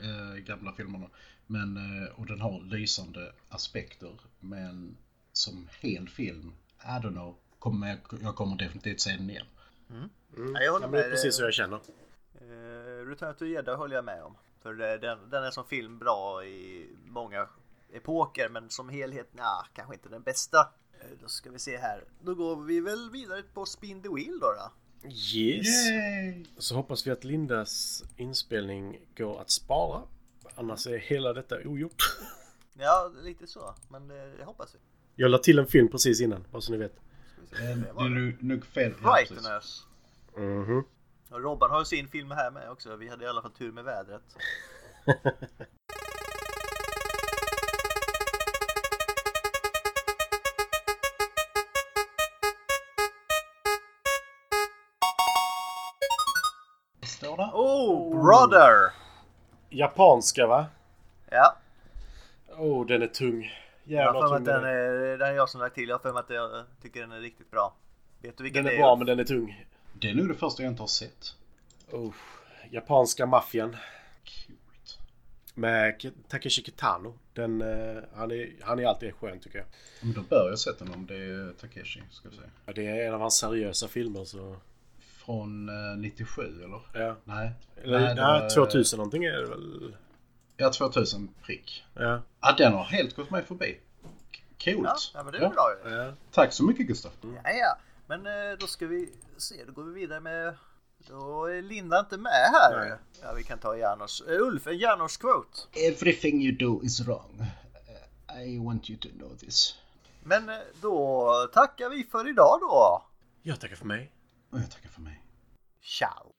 S5: eh, gamla filmerna. Men, eh, och den har lysande aspekter men som hel film, I don't know, kommer jag, jag kommer definitivt se den igen.
S2: Nej, jag håller
S3: Ja, men det är
S2: med.
S3: precis hur jag känner.
S2: Eh, Return to Jedi håller jag med om. För det- den, den är som film bra i många epoker men som helhet, nja, kanske inte den bästa. Eh, Då ska vi se här. Då går vi väl vidare på Spin the Wheel då. då.
S3: Yes. Så hoppas vi att Lindas inspelning går att spara. Annars är hela detta ogjort.
S2: Ja, lite så. Men eh, det, det hoppas vi.
S3: Jag la till en film precis innan, bara så ni vet.
S5: Eh, Det är nog- nog fel. ja, precis.
S2: Frighteners.
S3: Mhm.
S2: Och Robban har ju sin film här med också. Vi hade i alla fall tur med vädret.
S5: Står där?
S2: Oh, brother!
S3: Japanska va?
S2: Ja,
S3: Åh, oh, den är tung.
S2: jag
S3: Jävlar
S2: har för mig
S3: tung
S2: att den
S3: den är.
S2: är, den är jag som lagt till. Jag har för mig att jag tycker den är riktigt bra. Vet du vilken
S3: Den är
S2: det
S3: bra men den är tung.
S5: Det är nog det första jag inte har sett.
S3: Oh, japanska maffian.
S5: Coolt.
S3: Med Ke- Takeshi Kitano. Den, eh, han, är, han är alltid skön tycker jag.
S5: Men då bör jag ha sett den om det är Takeshi, ska vi säga.
S3: Ja, Det är en av hans seriösa filmer så...
S5: Från eh, 97 eller?
S3: Ja.
S5: Nej.
S3: Eller,
S5: Nej,
S3: nej,
S5: det var-
S3: 2000 någonting är det väl?
S5: Ja, 2000 prick.
S3: Ja.
S5: Ja, den har helt gått mig förbi.
S2: Ja,
S5: Coolt.
S2: ja, men det är bra ju.
S3: ja.
S5: Tack så mycket Gustav.
S2: Ja, ja. Men eh, då ska vi se, då går vi vidare med... Då är Linda inte med här.
S3: Nej.
S2: Ja, vi kan ta Janos. Uh, Ulf, en Janos-quote.
S1: Everything you do is wrong. Uh, I want you to know this.
S2: Men eh, då tackar vi för idag då.
S3: Jag tackar för mig.
S5: Och jag tackar för mig.
S2: Ciao!